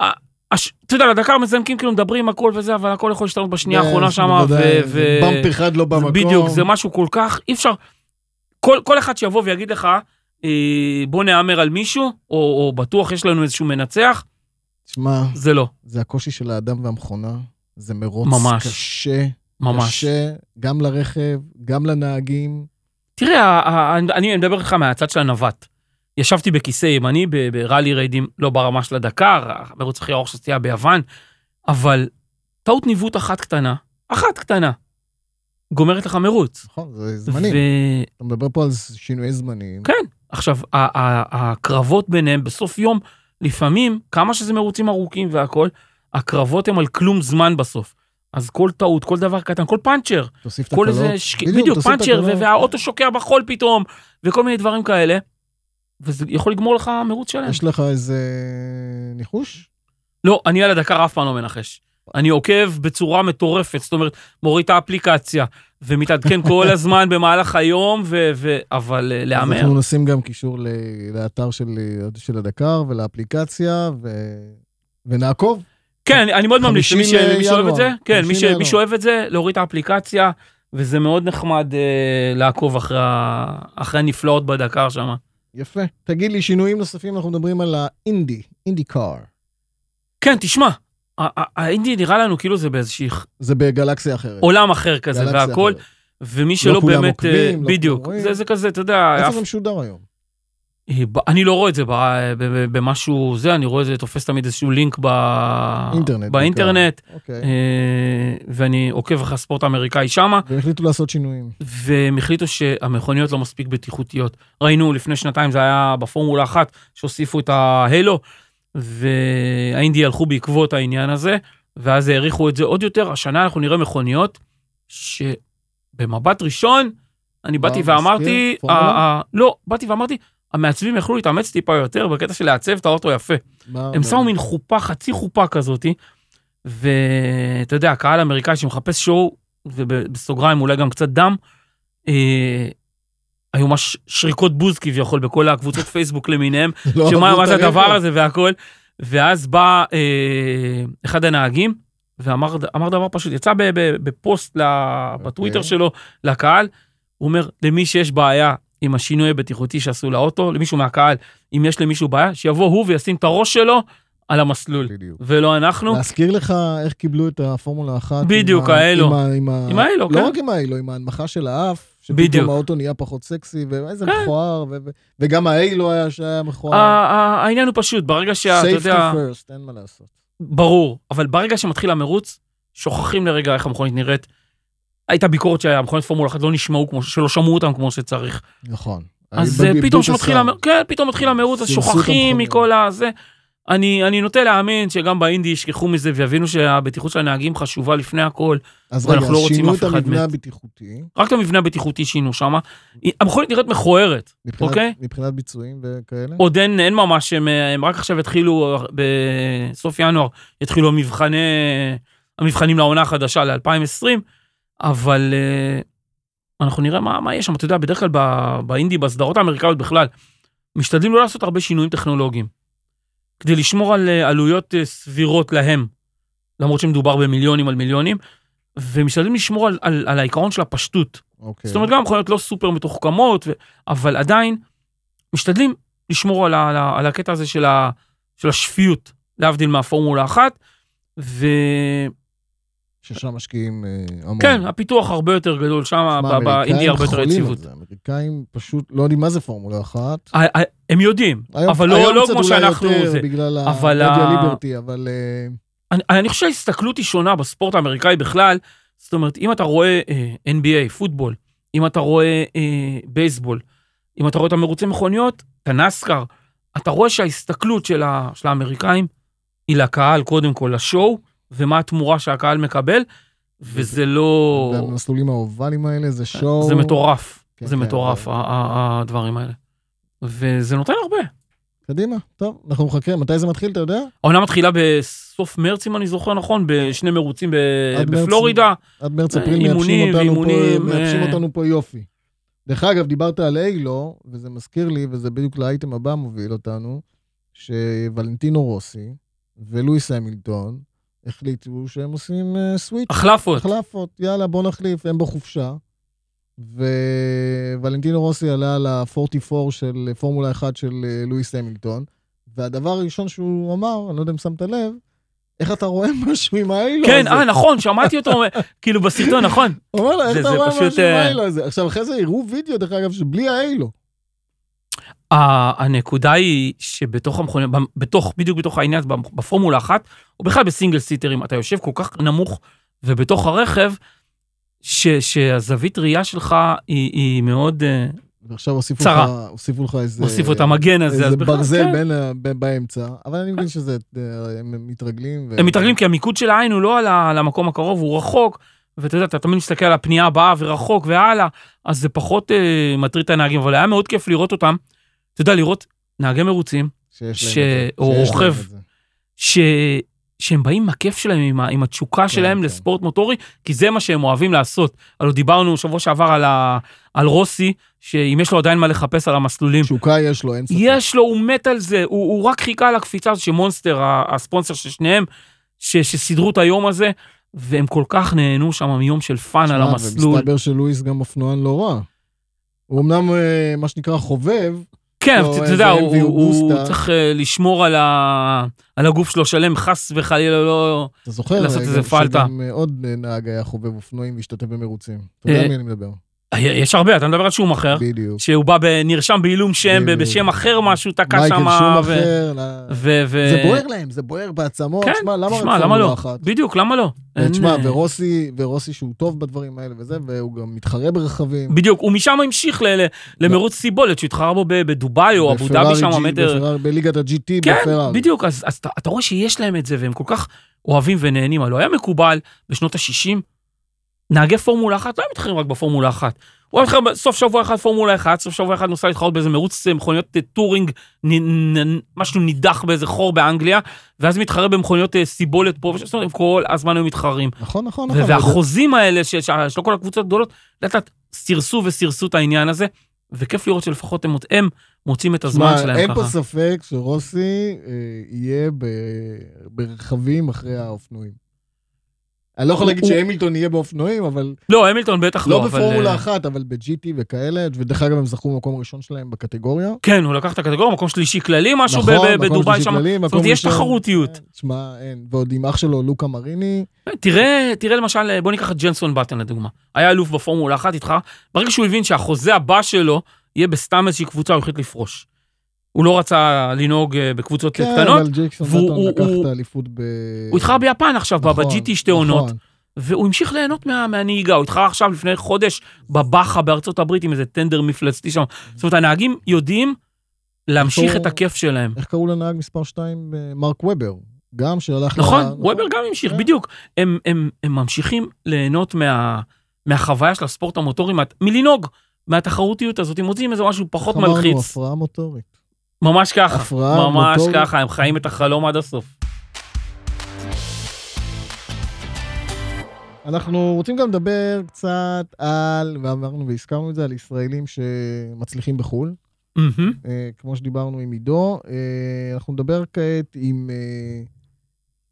Speaker 2: אה, הש- אתה יודע, לדקה מזנקים כאילו מדברים הכל וזה, אבל הכל יכול להשתנות בשנייה
Speaker 1: כן,
Speaker 2: האחרונה שם, ו...
Speaker 1: בוודאי,
Speaker 2: ו-
Speaker 1: באמפ אחד לא במקום.
Speaker 2: בדיוק, זה משהו כל כך, אי אפשר, כל, כל אחד שיבוא ויגיד לך, אה, בוא נהמר על מישהו, או, או בטוח יש לנו איזשהו מנצח,
Speaker 1: שמע,
Speaker 2: זה לא,
Speaker 1: זה הקושי של האדם והמכונה. זה מרוץ
Speaker 2: ממש.
Speaker 1: קשה.
Speaker 2: ממש.
Speaker 1: קשה, גם לרכב, גם לנהגים.
Speaker 2: תראה, ה- ה- אני אני מדבר איתך מהצד של הנווט. ישבתי בכיסא ימני ב- בראלי ריידים, לא ברמה של הדקר, המרוץ הכי ארוך שעשיתי היה ביוון, אבל טעות ניווט אחת קטנה, אחת קטנה, גומרת לך מרוץ.
Speaker 1: נכון, זה זמנים.
Speaker 2: ו-
Speaker 1: אתה מדבר פה על שינויי זמנים.
Speaker 2: כן. עכשיו, ה- ה- הקרבות ביניהם בסוף יום לפעמים, כמה שזה מרוצים ארוכים והכול, הקרבות הם על כלום זמן בסוף. אז כל טעות, כל דבר קטן, כל פאנצ'ר,
Speaker 1: תוסיף את
Speaker 2: כל
Speaker 1: הקלות.
Speaker 2: איזה, שק... בדיוק,
Speaker 1: תוסיף את
Speaker 2: פאנצ'ר,
Speaker 1: הקלות.
Speaker 2: ו- והאוטו שוקע בחול פתאום, וכל מיני דברים כאלה, וזה יכול לגמור לך מרוץ שלם.
Speaker 1: יש לך איזה ניחוש?
Speaker 2: לא, אני על הדקר אף פעם לא מנחש. אני עוקב בצורה מטורפת, זאת אומרת, מוריד את האפליקציה, ומתעדכן כל הזמן במהלך היום, ו- ו- אבל אה,
Speaker 1: אז
Speaker 2: להמר.
Speaker 1: אנחנו נשים גם קישור ל- לאתר של, של הדקר ולאפליקציה, ו... ונעקוב.
Speaker 2: כן, אני- אני מאוד ממליץ, למי ש-
Speaker 1: 50
Speaker 2: מי שאוהב את זה,
Speaker 1: ינואר,
Speaker 2: כן, מי
Speaker 1: 50
Speaker 2: ש-
Speaker 1: ינואר.
Speaker 2: מי שאוהב את זה, להוריד את האפליקציה, וזה מאוד נחמד אה, לעקוב אחרי ה- אחרי הנפלאות בדקר שם.
Speaker 1: יפה. תגיד לי, שינויים נוספים, אנחנו מדברים על האינדי, אינדי קאר.
Speaker 2: כן, תשמע, ה- ה- האינדי נראה לנו כאילו זה באיזשהו
Speaker 1: זה בגלקסיה אחרת.
Speaker 2: עולם אחר כזה
Speaker 1: כן. גלקסיה
Speaker 2: והכל,
Speaker 1: אחרת.
Speaker 2: ומי שלא
Speaker 1: כולם
Speaker 2: באמת, אה,
Speaker 1: עוקבים, לא כולם
Speaker 2: בדיוק,
Speaker 1: רואים.
Speaker 2: זה- זה כזה, אתה יודע, אף
Speaker 1: איפה זה משודר היום?
Speaker 2: אה, ב- אני לא רואה את זה ב- ב- ב- במשהו זה, אני רואה את זה תופס תמיד איזשהו לינק ב...
Speaker 1: אינטרנט
Speaker 2: באינטרנט,
Speaker 1: אוקיי.
Speaker 2: אה, ואני עוקב אחרי הספורט האמריקאי שמה,
Speaker 1: והם החליטו לעשות שינויים.
Speaker 2: והם החליטו שהמכוניות לא מספיק בטיחותיות. ראינו לפני שנתיים זה היה בפורמולה אחת שהוסיפו את ההלו, והאינדי הלכו בעקבות העניין הזה, ואז העריכו את זה עוד יותר. השנה אנחנו נראה מכוניות שבמבט ראשון, אני
Speaker 1: מה,
Speaker 2: באתי
Speaker 1: לא מזכיר?
Speaker 2: ואמרתי,
Speaker 1: פורמולה?
Speaker 2: ה- ה- לא, באתי ואמרתי, המעצבים יכלו להתאמץ טיפה יותר בקטע של לעצב את האוטו יפה.
Speaker 1: מה-
Speaker 2: הם שמו מין חופה, חצי חופה כזאתי, ואתה יודע, הקהל האמריקאי שמחפש שואו, ובסוגריים אולי גם קצת דם, אה, היו ממש שריקות בוז כביכול בכל הקבוצות פייסבוק למיניהם,
Speaker 1: לא
Speaker 2: שמה
Speaker 1: אהבו
Speaker 2: מה
Speaker 1: את
Speaker 2: זה
Speaker 1: הרכב.
Speaker 2: הדבר הזה והכל, ואז בא אה, אחד הנהגים, ואמר אמר דבר פשוט, יצא ב- ב- בפוסט ל-
Speaker 1: אוקיי.
Speaker 2: בטוויטר שלו לקהל, הוא אומר, למי שיש בעיה עם השינוי הבטיחותי שעשו לאוטו, למישהו מהקהל, אם יש למישהו בעיה, שיבוא הוא וישים את הראש שלו על המסלול,
Speaker 1: בדיוק.
Speaker 2: ולא אנחנו.
Speaker 1: להזכיר לך איך קיבלו את הפורמולה אחת. עם
Speaker 2: בדיוק,
Speaker 1: ה-
Speaker 2: האלו.
Speaker 1: עם ה- עם ה-
Speaker 2: עם האלו, כן.
Speaker 1: לא רק עם האלו, עם ההנמכה של האף.
Speaker 2: בדיוק.
Speaker 1: שפתאום האוטו נהיה פחות סקסי, ואיזה
Speaker 2: כן.
Speaker 1: מכוער, ו- ו- וגם האלו היה שהיה
Speaker 2: ה-
Speaker 1: מכוער.
Speaker 2: ה- העניין הוא פשוט, ברגע שאתה יודע,
Speaker 1: safety first, אין מה לעשות.
Speaker 2: ברור, אבל ברגע שמתחיל המרוץ, שוכחים לרגע איך המכונית נראית. הייתה ביקורת שהמכונית פורמולה אחת לא נשמעו כמו, שלא שמעו אותם כמו שצריך.
Speaker 1: נכון.
Speaker 2: אז
Speaker 1: אני
Speaker 2: אה,
Speaker 1: בדיוק
Speaker 2: פתאום
Speaker 1: עשה.
Speaker 2: שמתחיל, המר... כן, פתאום מתחיל המרוץ, אז
Speaker 1: סירסו את
Speaker 2: שוכחים
Speaker 1: המכוניות.
Speaker 2: מכל הזה. אני, אני נוטה להאמין שגם באינדי ישכחו מזה ויבינו שהבטיחות של הנהגים חשובה לפני הכל.
Speaker 1: אז
Speaker 2: ואנחנו
Speaker 1: רגע,
Speaker 2: לא
Speaker 1: אז
Speaker 2: רוצים
Speaker 1: שינו
Speaker 2: אף
Speaker 1: את
Speaker 2: אחד
Speaker 1: המבנה
Speaker 2: מת.
Speaker 1: הבטיחותי,
Speaker 2: רק את המבנה הבטיחותי שינו שמה. המכונית נראית מכוערת.
Speaker 1: מבחינת-
Speaker 2: אוקיי.
Speaker 1: מבחינת ביצועים וכאלה.
Speaker 2: עוד אין, אין ממש, הם, הם רק עכשיו התחילו, בסוף ינואר, התחילו המבחני, המבחנים לעונה החדשה ל-2020, אבל אה, אנחנו נראה מה, מה יש שם, אתה יודע, בדרך כלל ב- באינדי, בסדרות האמריקאיות בכלל, משתדלים לא לעשות הרבה שינויים טכנולוגיים, כדי לשמור על אה, עלויות אה, סבירות להם, למרות שמדובר במיליונים על מיליונים, ומשתדלים לשמור על, על, על העיקרון של הפשטות.
Speaker 1: אוקיי.
Speaker 2: זאת אומרת, גם מכוניות לא סופר מתוחכמות, ו... אבל עדיין משתדלים לשמור על, ה... על, ה... על הקטע הזה של, ה... של השפיות, להבדיל מהפורמולה אחת. וכן,
Speaker 1: ששם משקיעים אה, המון.
Speaker 2: הפיתוח הרבה יותר גדול שם,
Speaker 1: שמע,
Speaker 2: כן, ב- באינדי
Speaker 1: האמריקאים
Speaker 2: הרבה יותר
Speaker 1: חולים על
Speaker 2: יציבות.
Speaker 1: זה, האמריקאים פשוט לא יודעים מה זה פורמולה אחת.
Speaker 2: ה- ה- הם יודעים,
Speaker 1: היום-
Speaker 2: אבל לא,
Speaker 1: היום
Speaker 2: לא
Speaker 1: קצת
Speaker 2: כמו
Speaker 1: אולי
Speaker 2: שאנחנו...
Speaker 1: יותר
Speaker 2: זה.
Speaker 1: בגלל
Speaker 2: אבל ה-
Speaker 1: הרדיו ליברטי, אבל אה,
Speaker 2: אני, אני חושב שההסתכלות היא שונה בספורט האמריקאי בכלל. זאת אומרת, אם אתה רואה אה, NBA, פוטבול, אם אתה רואה אה, בייסבול, אם אתה רואה את המרוצי מכוניות, את הנסקר, אתה רואה שההסתכלות של, ה, של האמריקאים היא לקהל, קודם כל, לשואו, ומה התמורה שהקהל מקבל, וזה לא...
Speaker 1: במסלולים האובליים האלה זה שואו.
Speaker 2: אה, זה מטורף,
Speaker 1: כן,
Speaker 2: זה
Speaker 1: כן,
Speaker 2: מטורף,
Speaker 1: זה-
Speaker 2: ה- ה- הדברים האלה. וזה נותן הרבה.
Speaker 1: קדימה, טוב, אנחנו מחכים, מתי זה מתחיל, אתה יודע?
Speaker 2: העונה מתחילה בסוף מרץ, אם אני זוכר נכון, בשני מרוצים ב-
Speaker 1: עד מרץ.
Speaker 2: בפלורידה.
Speaker 1: עד מרץ אפריל
Speaker 2: אימונים,
Speaker 1: מייבשים אותנו
Speaker 2: אימונים,
Speaker 1: פה, מייבשים
Speaker 2: אה.
Speaker 1: אותנו פה יופי. דרך אגב, דיברת על איילו, וזה מזכיר לי, וזה בדיוק לאייטם הבא מוביל אותנו, שוולנטינו רוסי ולואיס המילטון החליטו שהם עושים אה, סוויץ'.
Speaker 2: החלפות.
Speaker 1: החלפות, יאללה, בוא נחליף, הם בחופשה. וולנטינו רוסי עלה על ה-44 של פורמולה 1 של אה, לואיס המילטון, והדבר הראשון שהוא אמר, אני לא יודע אם שמת לב, איך אתה רואה משהו עם האילו
Speaker 2: כן,
Speaker 1: הזה?
Speaker 2: אה, נכון, שמעתי אותו, אומר, כאילו בסרטון, נכון.
Speaker 1: הוא אומר לה, איך
Speaker 2: זה-
Speaker 1: אתה
Speaker 2: זה
Speaker 1: רואה
Speaker 2: פשוט,
Speaker 1: משהו עם
Speaker 2: אה,
Speaker 1: האילו הזה? עכשיו, אחרי זה הראו וידאו, דרך אגב, שבלי האילו.
Speaker 2: ה- הנקודה היא שבתוך המכונית, בתוך, בדיוק בתוך העניין, במ- בפורמולה אחת, או בכלל בסינגל סיטרים, אתה יושב כל כך נמוך ובתוך הרכב, ש, שהזווית ראייה שלך היא, היא מאוד, אה,
Speaker 1: ועכשיו הוסיפו
Speaker 2: צרה.
Speaker 1: לך, הוסיפו לך איזה...
Speaker 2: הוסיפו את המגן הזה, אז
Speaker 1: איזה
Speaker 2: בכלל,
Speaker 1: ברזל
Speaker 2: כן.
Speaker 1: בין ה- ב- באמצע, אבל אני מבין שזה, אה, הם מתרגלים. ו-
Speaker 2: הם מתרגלים כי המיקוד של העין הוא לא על ה- על המקום הקרוב, הוא רחוק, ואתה יודע, אתה תמיד מסתכל על הפנייה הבאה ורחוק והלאה, אז זה פחות אה, מטריד את הנהגים, אבל היה מאוד כיף לראות אותם, אתה יודע, לראות נהגי מרוצים,
Speaker 1: שיש להם
Speaker 2: ש-
Speaker 1: את זה,
Speaker 2: הוא
Speaker 1: שיש להם
Speaker 2: רוכב.
Speaker 1: את זה.
Speaker 2: ש... שהם באים עם הכיף שלהם, עם, ה... עם התשוקה שלהם
Speaker 1: כן.
Speaker 2: לספורט מוטורי, כי זה מה שהם אוהבים לעשות. הלוא דיברנו שבוע שעבר על, ה... על רוסי, שאם יש לו עדיין מה לחפש על המסלולים,
Speaker 1: תשוקה יש לו, אין ספק.
Speaker 2: יש לו, הוא מת על זה, הוא, הוא רק חיכה לקפיצה הזאת שמונסטר, ה- הספונסר של שניהם, ש, שסידרו את היום הזה, והם כל כך נהנו שם מיום של פאן על
Speaker 1: שמע,
Speaker 2: המסלול.
Speaker 1: ומסתבר שלואיס גם אופנוען לא רע. הוא אמנם, אה, מה שנקרא, חובב,
Speaker 2: כן,
Speaker 1: לו
Speaker 2: אבל אתה
Speaker 1: איזה
Speaker 2: יודע,
Speaker 1: MV
Speaker 2: הוא, הוא, הוא
Speaker 1: בוסטה.
Speaker 2: צריך אה, לשמור על, ה, על הגוף שלו שלם, חס וחלילה לא...
Speaker 1: אתה זוכר?
Speaker 2: לעשות
Speaker 1: אה,
Speaker 2: איזה
Speaker 1: גם
Speaker 2: פלטה.
Speaker 1: שגם אה, עוד אה, נהג היה חובב אופנועים והשתתף במרוצים. אתה יודע
Speaker 2: אה,
Speaker 1: על מי אני מדבר.
Speaker 2: יש הרבה, אתה מדבר על שום אחר.
Speaker 1: בדיוק.
Speaker 2: שהוא בא, ב- נרשם בעילום שם, ב-
Speaker 1: בדיוק.
Speaker 2: בשם אחר משהו, תקע
Speaker 1: אה, מייקל
Speaker 2: שם... ו-
Speaker 1: שומאחר, לה-
Speaker 2: ו- ו-
Speaker 1: זה בוער להם, זה בוער בעצמות.
Speaker 2: כן,
Speaker 1: שמע, למה רק
Speaker 2: תשמע, למה
Speaker 1: פורמולה
Speaker 2: לא?
Speaker 1: אחת?
Speaker 2: בדיוק, למה לא? אין,
Speaker 1: תשמע,
Speaker 2: אה,
Speaker 1: ורוסי, ורוסי שהוא טוב בדברים האלה וזה, והוא גם מתחרה ברכבים.
Speaker 2: בדיוק, ומשם המשיך ל- ל- למרוץ סיבולת שהתחרה בו ב- בדובאי או אבו
Speaker 1: בפרארי
Speaker 2: דאבי שם
Speaker 1: G-
Speaker 2: המטר.
Speaker 1: בפרארי- בליגת ה-GT
Speaker 2: כן,
Speaker 1: בפרארי.
Speaker 2: בדיוק, אז אז אתה- אתה רואה שיש להם את זה והם כל כך אוהבים ונהנים. הלוא היה מקובל בשנות ה-60, נהגי פורמולה אחת לא היו מתחרים רק בפורמולה אחת. הוא היה מתחרה בסוף שבוע אחד פורמולה אחת, סוף שבוע אחד נוסע להתחרות באיזה מרוץ אה, מכוניות אה, טורינג, נ- נ- משהו נידח באיזה חור באנגליה, ואז מתחרה במכוניות אה, סיבולת פה, וש- זאת אומרת, הם כל הזמן היו מתחרים.
Speaker 1: נכון, נכון,
Speaker 2: ו-
Speaker 1: נכון.
Speaker 2: והחוזים האלה ש- ש- של כל הקבוצות הגדולות, לאט לאט סירסו וסירסו את העניין הזה, וכיף לראות שלפחות הם, מוצ- הם מוצאים את הזמן
Speaker 1: שמע,
Speaker 2: שלהם
Speaker 1: אין
Speaker 2: ככה.
Speaker 1: פה ספק שרוסי אה, יהיה ב- ברכבים אחרי האופנועים. אני לא יכול
Speaker 2: הוא-
Speaker 1: להגיד
Speaker 2: הוא-
Speaker 1: שהמילטון יהיה באופנועים, אבל
Speaker 2: לא, המילטון בטח לא,
Speaker 1: לא
Speaker 2: אבל...
Speaker 1: בפורמולה
Speaker 2: אה,
Speaker 1: אחת, אבל ב-GT וכאלה, ודרך אגב הם זכו במקום הראשון שלהם בקטגוריה.
Speaker 2: כן, הוא לקח את הקטגוריה, מקום שלישי כללי, משהו ב-
Speaker 1: נכון,
Speaker 2: ב-
Speaker 1: מקום
Speaker 2: בדובאי
Speaker 1: שלישי
Speaker 2: שם.
Speaker 1: כללי,
Speaker 2: זאת
Speaker 1: מקום
Speaker 2: אומרת, יש
Speaker 1: ראשון.
Speaker 2: תחרותיות.
Speaker 1: כן, תשמע, אין. ועוד עם אח שלו, לוקה מריני,
Speaker 2: תראה, תראה למשל, אה, בוא ניקח את ג'נסון באטן לדוגמה. היה אלוף בפורמולה אחת איתך, ברגע שהוא הבין שהחוזה הבא שלו יהיה בסתם איזושהי קבוצה, הוא החליט לפרוש. הוא לא רצה לנהוג אה, בקבוצות
Speaker 1: כן,
Speaker 2: קטנות,
Speaker 1: אבל ג'קסון
Speaker 2: והוא-
Speaker 1: נתון
Speaker 2: הוא-
Speaker 1: לקח
Speaker 2: הוא-
Speaker 1: את האליפות ב...
Speaker 2: הוא התחרה ביפן עכשיו,
Speaker 1: נכון,
Speaker 2: ב-GT שתי עונות.
Speaker 1: נכון.
Speaker 2: והוא המשיך ליהנות מה, מהנהיגה, הוא התחרה עכשיו לפני חודש בבאחה בארצות הברית עם איזה טנדר מפלצתי שם. זאת אומרת, הנהגים יודעים להמשיך
Speaker 1: איפה-
Speaker 2: את הכיף שלהם.
Speaker 1: איך קראו לנהג מספר 2? מרק וובר. גם שהלך...
Speaker 2: נכון,
Speaker 1: ל-
Speaker 2: וובר גם המשיך,
Speaker 1: כן.
Speaker 2: בדיוק. הם, הם, הם ממשיכים ליהנות מה, מהחוויה של הספורט המוטורי, מה, מלנהוג, מהתחרותיות הזאת, הם מוצאים איזה משהו פחות
Speaker 1: איך אמרנו?
Speaker 2: מלחיץ.
Speaker 1: הפרעה מוטורית.
Speaker 2: ממש ככה,
Speaker 1: הפרעה
Speaker 2: ממש
Speaker 1: מוטורית.
Speaker 2: ככה, הם חיים את החלום עד הסוף.
Speaker 1: אנחנו רוצים גם לדבר קצת על, ואמרנו והזכרנו את זה, על ישראלים שמצליחים בחו"ל.
Speaker 2: מהמם.
Speaker 1: אה, כמו שדיברנו עם עידו, אה, אנחנו נדבר כעת עם... אה,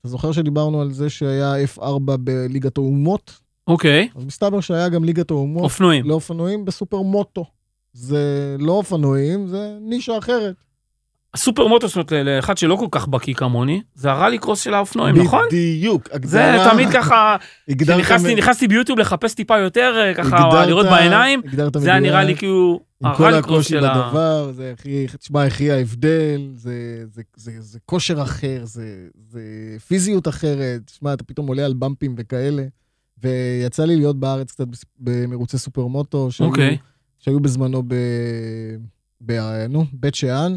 Speaker 1: אתה זוכר שדיברנו על זה שהיה F4 בליגת האומות?
Speaker 2: אוקיי,
Speaker 1: אז מסתבר שהיה גם ליגת האומות
Speaker 2: אופנועים.
Speaker 1: לאופנועים בסופר מוטו. זה לא אופנועים, זה נישה אחרת.
Speaker 2: הסופר מוטו, זאת אומרת, לאחד שלא כל כך בקיא כמוני, זה הרלי קרוס של האופנועים, נכון?
Speaker 1: בדיוק.
Speaker 2: זה
Speaker 1: הגדרה-
Speaker 2: תמיד ככה,
Speaker 1: הגדרת
Speaker 2: כשנכנסתי
Speaker 1: מ-
Speaker 2: נכנסתי ביוטיוב לחפש טיפה יותר, אה, ככה
Speaker 1: הגדרת-
Speaker 2: לראות בעיניים,
Speaker 1: הגדרת
Speaker 2: זה היה נראה לי
Speaker 1: מדויק,
Speaker 2: כאילו
Speaker 1: עם כל
Speaker 2: הרליקרוס
Speaker 1: הקושי
Speaker 2: של ה...
Speaker 1: בדבר, זה הכי, תשמע, הכי ההבדל, זה- זה- זה זה כושר אחר, זה- זה פיזיות אחרת, תשמע, אתה פתאום עולה על במפים וכאלה. ויצא לי להיות בארץ קצת בס- במרוצי סופרמוטו, שהיו-
Speaker 2: אוקיי.
Speaker 1: שהיו בזמנו ב... ב- נו, בית שאן.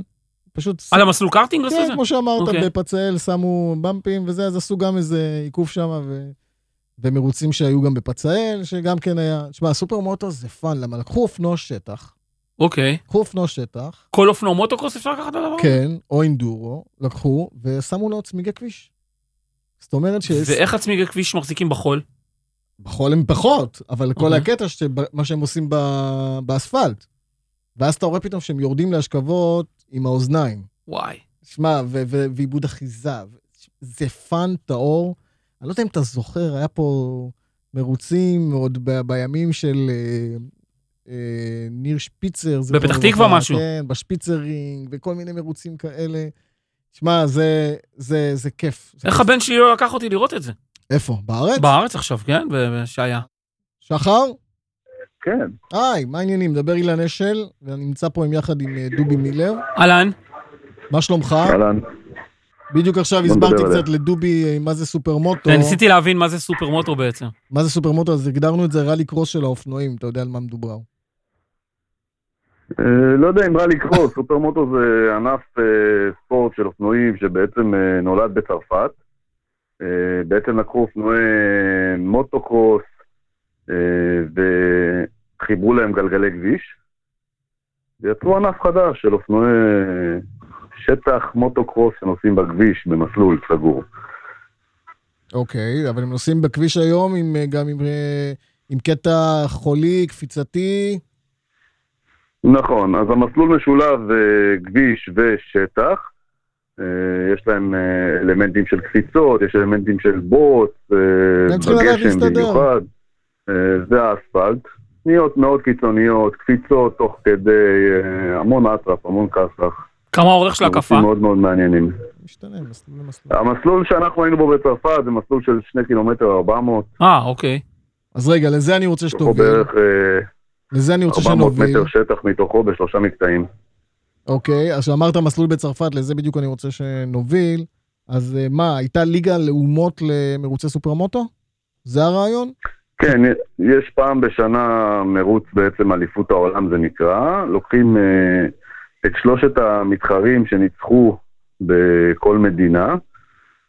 Speaker 1: פשוט...
Speaker 2: על המסלול קארטינג עשו את
Speaker 1: כן,
Speaker 2: זה?
Speaker 1: כמו שאמרת,
Speaker 2: אוקיי.
Speaker 1: בפצאל שמו במפים וזה, אז עשו גם איזה עיכוב שם, ו... ומרוצים שהיו גם בפצאל, שגם כן היה... תשמע, הסופר מוטו זה פאן, למה לקחו אופנוע שטח,
Speaker 2: אוקיי.
Speaker 1: לקחו אופנוע שטח,
Speaker 2: כל אופנוע מוטוקרוס אפשר לקחת את הדבר? הזה?
Speaker 1: כן, או אינדורו, לקחו ושמו לו צמיגי כביש. זאת אומרת שיש...
Speaker 2: ואיך הצמיגי כביש מחזיקים בחול?
Speaker 1: בחול הם פחות, אבל כל
Speaker 2: אוקיי.
Speaker 1: הקטע, שב- מה שהם עושים ב... באספלט. ואז אתה רואה פתאום שהם יורדים להשכבות עם האוזניים.
Speaker 2: וואי.
Speaker 1: שמע, ו- ו- ועיבוד אחיזה, ו- זה פאן טהור. אני לא יודע אם אתה זוכר, היה פה מרוצים עוד ב- בימים של אה, אה, ניר שפיצר. זכרונו
Speaker 2: בפתח
Speaker 1: לברכה,
Speaker 2: תקווה משהו.
Speaker 1: כן, בשפיצרינג, וכל מיני מרוצים כאלה. שמע, זה, זה, זה כיף. זה
Speaker 2: איך
Speaker 1: כיף.
Speaker 2: הבן שלי לא לקח אותי לראות את זה?
Speaker 1: איפה? בארץ?
Speaker 2: בארץ עכשיו, כן? ב- ב- שהיה.
Speaker 1: שחר?
Speaker 3: כן,
Speaker 1: היי, מה העניינים? מדבר אילן אשל, ואני נמצא פה עם יחד עם אה, דובי מילר.
Speaker 2: אהלן,
Speaker 1: מה שלומך?
Speaker 3: אהלן.
Speaker 1: בדיוק עכשיו
Speaker 3: בוא
Speaker 1: הסברתי
Speaker 3: נדבר עליה.
Speaker 1: קצת לדובי אה, מה זה סופרמוטו.
Speaker 2: ניסיתי להבין מה זה סופר מוטו בעצם.
Speaker 1: מה זה סופרמוטו? אז הגדרנו את זה רלי קרוס של האופנועים, אתה יודע על מה מדובר.
Speaker 3: אה, לא יודע אם רע לקרוא, סופרמוטו זה ענף אה, ספורט של אופנועים שבעצם אה, נולד בצרפת. אה, בעצם לקחו אופנועי מוטוקרוס אה, וחיברו להם גלגלי כביש. ויצרו ענף חדש של אופנועי אה, שטח מוטוקרוס שנוסעים בכביש במסלול סגור.
Speaker 1: אוקיי, אבל הם נוסעים בכביש היום עם, אה, גם עם, אה, עם קטע חולי, קפיצתי.
Speaker 3: נכון, אז המסלול משולב אה, כביש ושטח. אה, יש להם אה, אלמנטים של קפיצות, יש אלמנטים של בוץ, אה,
Speaker 1: הם צריכים לדעת
Speaker 3: בגשם
Speaker 1: להסתדר.
Speaker 3: במיוחד. אה, זה האספלט. פניות מאוד קיצוניות, קפיצות תוך כדי, אה, המון אטרף, המון כסרח.
Speaker 2: כמה האורך של הקפה?
Speaker 3: מאוד מאוד מעניינים.
Speaker 1: משתנה, מסלול למסלול.
Speaker 3: המסלול שאנחנו היינו בו בצרפת זה מסלול של 2 קילומטר 400,
Speaker 2: אה, אוקיי.
Speaker 1: אז רגע, לזה אני רוצה
Speaker 3: מתוכו
Speaker 1: שתוביל.
Speaker 3: בערך אה,
Speaker 1: לזה אני רוצה
Speaker 3: 400
Speaker 1: שנוביל.
Speaker 3: מטר שטח מתוכו בשלושה מקטעים.
Speaker 1: אוקיי, אז אמרת מסלול בצרפת, לזה בדיוק אני רוצה שנוביל. אז אה, מה, הייתה ליגה לאומות למרוצי סופרמוטו? זה הרעיון?
Speaker 3: כן, יש פעם בשנה מרוץ בעצם אליפות העולם זה נקרא, לוקחים אה, את שלושת המתחרים שניצחו בכל מדינה,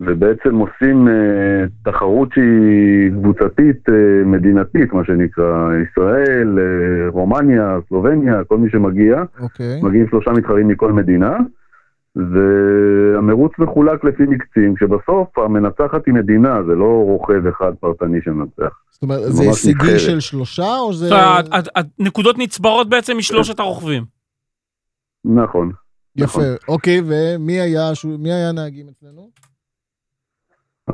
Speaker 3: ובעצם עושים אה, תחרות שהיא קבוצתית, אה, מדינתית, מה שנקרא, ישראל, אה, רומניה, סלובניה, כל מי שמגיע,
Speaker 1: אוקיי.
Speaker 3: מגיעים שלושה מתחרים מכל מדינה, והמרוץ מחולק לפי מקצים, כשבסוף המנצחת היא מדינה, זה לא רוכב אחד פרטני שמנצח.
Speaker 1: זאת אומרת,
Speaker 3: זה
Speaker 1: זה
Speaker 3: ממש
Speaker 1: הישגי
Speaker 3: נבחרת.
Speaker 1: של שלושה, או זה...
Speaker 2: זאת אומרת, הת- הת- הנקודות נצברות בעצם משלושת הרוכבים.
Speaker 3: נכון.
Speaker 1: יפה.
Speaker 3: נכון.
Speaker 1: אוקיי, ומי היה שו- מי היה הנהגים אצלנו?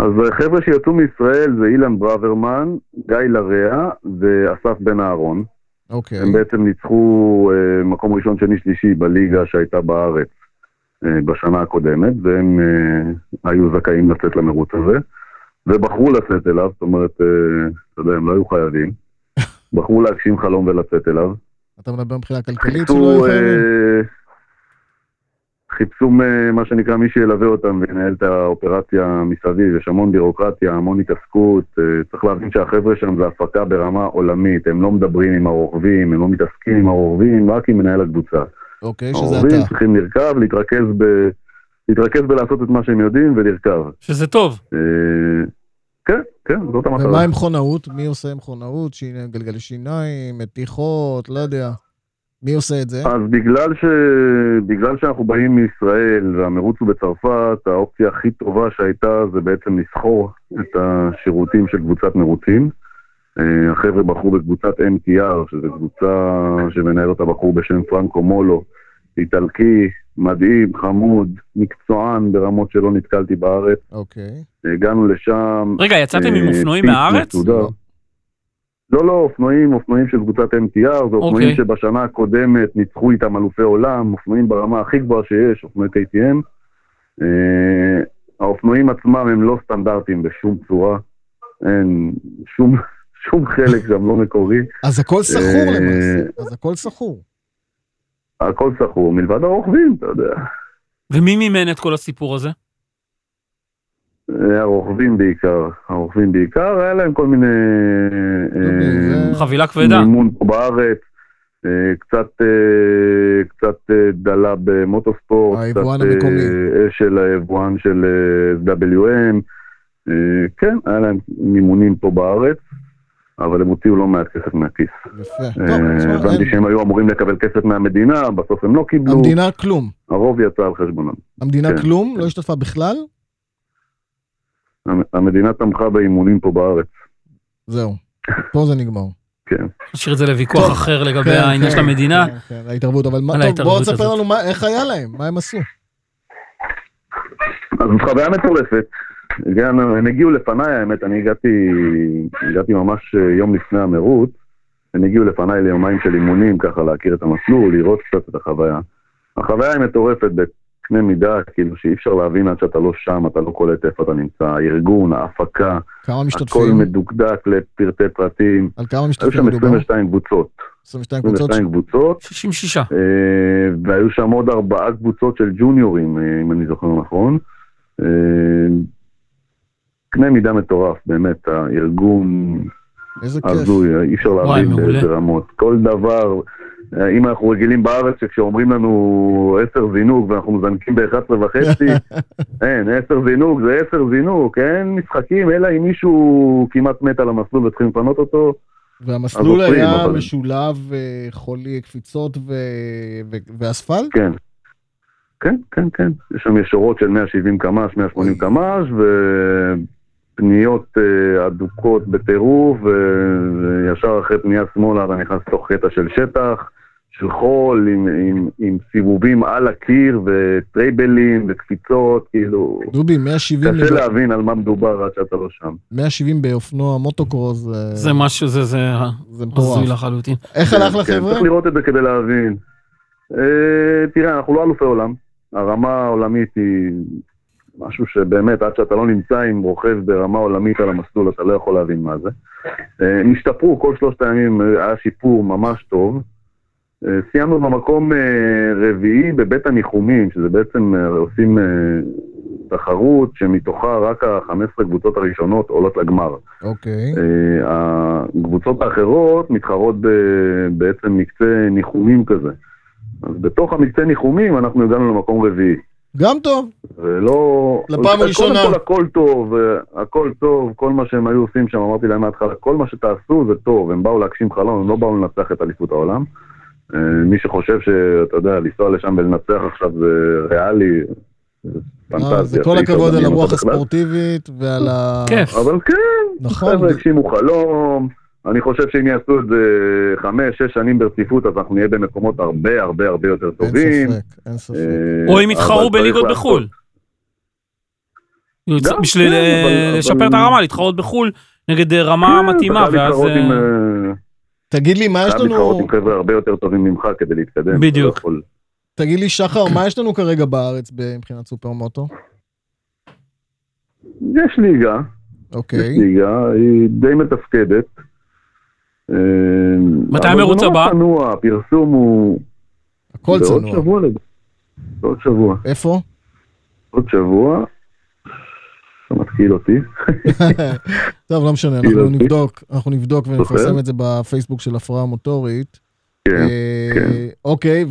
Speaker 3: אז החבר'ה שיצאו מישראל זה אילן ברוורמן, גיא לרע ואסף בן אהרון.
Speaker 1: אוקיי.
Speaker 3: הם בעצם ניצחו אה, מקום ראשון, שני, שלישי בליגה שהייתה בארץ אה, בשנה הקודמת, והם אה, היו זכאים לצאת למרוץ הזה, ובחרו לצאת אליו, זאת אומרת, אה, אתה יודע, הם לא היו חייבים. בחרו להגשים חלום ולצאת אליו.
Speaker 1: אתה מדבר מבחינה כלכלית שלא היו
Speaker 3: חיפשו,
Speaker 1: חייבים?
Speaker 3: אה, חיפשו אה, מה שנקרא מי שילווה אותם וינהל את האופרציה מסביב, יש המון בירוקרטיה, המון התעסקות, אה, צריך להבין שהחבר'ה שם זה הפקה ברמה עולמית, הם לא מדברים עם הרוכבים, הם לא מתעסקים עם הרוכבים, רק עם מנהל הקבוצה.
Speaker 1: אוקיי, שזה
Speaker 3: הרוכבים
Speaker 1: אתה.
Speaker 3: צריכים לרכב, להתרכז ב... להתרכז בלעשות את מה שהם יודעים ולרכב.
Speaker 2: שזה טוב.
Speaker 3: אה, כן, כן, זאת המטרה.
Speaker 1: ומה עם מכונאות? מי עושה עם מכונאות? שיני- גלגלי שיניים, מתיחות, לא יודע. מי עושה את זה?
Speaker 3: אז בגלל, ש... בגלל שאנחנו באים מישראל והמרוץ הוא בצרפת, האופציה הכי טובה שהייתה זה בעצם לסחור את השירותים של קבוצת מרוצים. אה, החבר'ה בחרו בקבוצת MTR, שזו קבוצה שמנהל אותה בחור בשם פרנקו מולו, איטלקי, מדהים, חמוד, מקצוען ברמות שלא נתקלתי בארץ.
Speaker 1: אוקיי.
Speaker 3: הגענו לשם...
Speaker 2: רגע, יצאתם עם
Speaker 3: אה,
Speaker 2: אופנועים
Speaker 3: פיט
Speaker 2: מהארץ?
Speaker 3: מסודר. לא, לא, אופנועים, אופנועים של קבוצת MTR, זה אופנועים שבשנה הקודמת ניצחו איתם אלופי עולם, אופנועים ברמה הכי גבוהה שיש, אופנועי KTM. אה, האופנועים עצמם הם לא סטנדרטיים בשום צורה, אין שום, שום חלק שם לא מקורי,
Speaker 1: אז הכל סחור
Speaker 3: אה,
Speaker 1: למעשה. אז הכל סחור.
Speaker 3: הכל סחור, מלבד הרוכבים, אתה יודע.
Speaker 2: ומי מימן את כל הסיפור הזה?
Speaker 3: אה, הרוכבים בעיקר, הרוכבים בעיקר, היה להם כל מיני... אה,
Speaker 1: אוקיי, זה-
Speaker 2: חבילה כבדה.
Speaker 3: מימון פה בארץ, אה, קצת, אה, קצת אה, דלה במוטוספורט,
Speaker 1: היבואן
Speaker 3: קצת אה,
Speaker 1: המקומי.
Speaker 3: אש של היבואן של אה, WM, אה, כן, היה להם מימונים פה בארץ, אבל הם הוציאו לא מעט כסף מהכיס.
Speaker 1: יפה.
Speaker 3: אה,
Speaker 1: טוב, תשמע,
Speaker 3: הבנתי
Speaker 1: אין-
Speaker 3: שהם היו אמורים לקבל כסף מהמדינה, בסוף הם לא קיבלו,
Speaker 1: המדינה כלום.
Speaker 3: הרוב יצא על חשבונם.
Speaker 1: המדינה
Speaker 3: כן.
Speaker 1: כלום? לא השתתפה בכלל?
Speaker 3: המ- המדינה תמכה באימונים פה בארץ,
Speaker 1: זהו. פה זה נגמר.
Speaker 3: כן.
Speaker 2: נשאיר את זה לוויכוח
Speaker 1: טוב.
Speaker 2: אחר לגבי
Speaker 1: כן,
Speaker 2: אה,
Speaker 1: כן,
Speaker 2: העניין של המדינה.
Speaker 1: כן, כן, ההתערבות, אבל מה, טוב,
Speaker 2: על
Speaker 1: בואו
Speaker 2: ההתערבות
Speaker 1: תספר
Speaker 2: הזאת.
Speaker 1: לנו מה- איך היה להם, מה הם עשו.
Speaker 3: אז זו חוויה מטורפת. הגענו, הם הגיעו לפניי, האמת, אני הגעתי, הגעתי ממש אה, יום לפני המרוץ. הם הגיעו לפניי ליומיים של אימונים, ככה להכיר את המסלול, לראות קצת את החוויה. החוויה היא מטורפת בקנה מידה, כאילו שאי אפשר להבין עד שאתה לא שם, אתה לא קולט איפה אתה נמצא. הארגון, ההפקה,
Speaker 1: כמה
Speaker 3: הכל
Speaker 1: משתתפים,
Speaker 3: מדוקדק לפרטי פרטים.
Speaker 1: על כמה
Speaker 3: היו
Speaker 1: משתתפים
Speaker 3: שם
Speaker 1: מדובר?
Speaker 3: 22 קבוצות.
Speaker 1: 22 קבוצות.
Speaker 3: 22 קבוצות.
Speaker 2: 66.
Speaker 3: אה, והיו שם עוד ארבעה קבוצות של ג'וניורים, אה, אם אני זוכר נכון. אה, קנה מידה מטורף, באמת, הארגון
Speaker 1: איזה כיף.
Speaker 3: הזוי, אי אפשר
Speaker 2: וואי,
Speaker 3: להבין
Speaker 2: מעולה.
Speaker 3: באיזה רמות. כל דבר, אה, אם אנחנו רגילים בארץ שכשאומרים לנו עשר זינוק ואנחנו מזנקים ב-11 וחצי, אין, עשר זינוק זה עשר זינוק, אין משחקים, אלא אם מישהו כמעט מת על המסלול וצריכים לפנות אותו.
Speaker 1: והמסלול
Speaker 3: אז עוברים,
Speaker 1: היה
Speaker 3: אבל-
Speaker 1: משולב אה, חולי קפיצות ו- ו- ואספלט?
Speaker 3: כן. כן, כן, כן. יש שם ישורות של 170 קמ"ש, 180 קמ"ש, ופניות אה, אדוקות בטירוף, וישר אחרי פנייה שמאלה אתה נכנס לתוך קטע של שטח, של חול, עם, עם, עם סיבובים על הקיר, וטרייבלים, וקפיצות, כאילו...
Speaker 1: דובי, 170
Speaker 3: קשה
Speaker 1: לב-
Speaker 3: להבין על מה מדובר עד שאתה לא שם.
Speaker 1: 170 באופנוע מוטוקרוס, אה,
Speaker 2: זה משהו, זה, זה
Speaker 1: זה
Speaker 2: הזוי
Speaker 1: מטורף.
Speaker 2: לחלוטין.
Speaker 1: איך הלך
Speaker 3: כן,
Speaker 1: לחבר'ה?
Speaker 3: צריך לראות את זה כדי להבין. אה, תראה, אנחנו לא אלופי עולם. הרמה העולמית היא משהו שבאמת, עד שאתה לא נמצא עם רוכב ברמה עולמית על המסלול, אתה לא יכול להבין מה זה. אה, הם השתפרו כל שלושת הימים, אה, היה שיפור ממש טוב. אה, סיימנו במקום אה, רביעי בבית הניחומים, שזה בעצם אה, עושים אה, תחרות שמתוכה רק ה-15 קבוצות הראשונות עולות לגמר.
Speaker 1: אוקיי.
Speaker 3: אה, הקבוצות האחרות מתחרות ב, בעצם מקצה ניחומים כזה. אז בתוך המקצה ניחומים אנחנו הגענו למקום רביעי.
Speaker 1: גם טוב.
Speaker 3: ולא...
Speaker 1: לפעם
Speaker 3: אז
Speaker 1: הראשונה.
Speaker 3: קודם כל הכל טוב, אה, הכל טוב, כל מה שהם היו עושים שם, אמרתי להם מההתחלה, כל מה שתעשו זה טוב, הם באו להגשים חלום, הם לא באו לנצח את אליפות העולם. אה, מי שחושב שאתה יודע, לנסוע לשם ולנצח עכשיו זה ריאלי, זה פנטזיה.
Speaker 1: אה, זה כל
Speaker 3: שאי אפשר
Speaker 1: הכבוד על
Speaker 3: לדמיין אותה
Speaker 1: הרוח
Speaker 3: בכלל.
Speaker 1: הספורטיבית ועל ה...
Speaker 2: כיף.
Speaker 3: אבל כן,
Speaker 1: נכון.
Speaker 3: חבר'ה הגשימו חלום, אני חושב שאם יעשו את זה חמש, שש שנים ברציפות, אז אנחנו נהיה במקומות הרבה הרבה הרבה יותר
Speaker 1: אין
Speaker 3: טובים.
Speaker 1: ספק, אין ספק.
Speaker 3: אה,
Speaker 2: או אם
Speaker 3: אבל
Speaker 2: יתחרו
Speaker 3: צריך
Speaker 2: בליגות
Speaker 3: לעשות.
Speaker 2: בחו"ל. יוצא-
Speaker 3: גם,
Speaker 2: בשביל
Speaker 3: כן,
Speaker 2: אה,
Speaker 3: אבל-
Speaker 2: לשפר
Speaker 3: אבל-
Speaker 2: את הרמה, להתחרות בחו"ל נגד אה, רמה
Speaker 3: כן,
Speaker 2: מתאימה,
Speaker 3: אתה חייב
Speaker 2: ואז...
Speaker 3: להתחרות
Speaker 2: אה,
Speaker 3: עם, אה,
Speaker 1: תגיד לי, מה יש
Speaker 3: חייב להתחרות
Speaker 1: לנו...
Speaker 3: עם חבר'ה הרבה יותר טובים ממך כדי להתקדם. אתה לא
Speaker 2: בדיוק.
Speaker 3: יכול.
Speaker 1: תגיד לי, שחר, מה יש לנו כרגע בארץ ב- מבחינת סופרמוטו?
Speaker 3: יש ליגה,
Speaker 1: אוקיי.
Speaker 3: יש ליגה, היא די מתפקדת. אה,
Speaker 2: מתי
Speaker 3: אבל
Speaker 2: המרוץ
Speaker 3: זה
Speaker 2: הבא?
Speaker 3: נורא צנוע, הפרסום הוא...
Speaker 1: הכל
Speaker 3: בעוד
Speaker 1: צנוע.
Speaker 3: שבוע לדעתי. בעוד שבוע.
Speaker 1: איפה?
Speaker 3: עוד שבוע. אתה מתקיל אותי.
Speaker 1: טוב, לא משנה,
Speaker 3: כאילו,
Speaker 1: אנחנו נבדוק, אנחנו נבדוק ונפרסם
Speaker 3: זוכר?
Speaker 1: את זה בפייסבוק של הפרעה מוטורית.
Speaker 3: כן.
Speaker 1: אה,
Speaker 3: כן.
Speaker 1: אוקיי,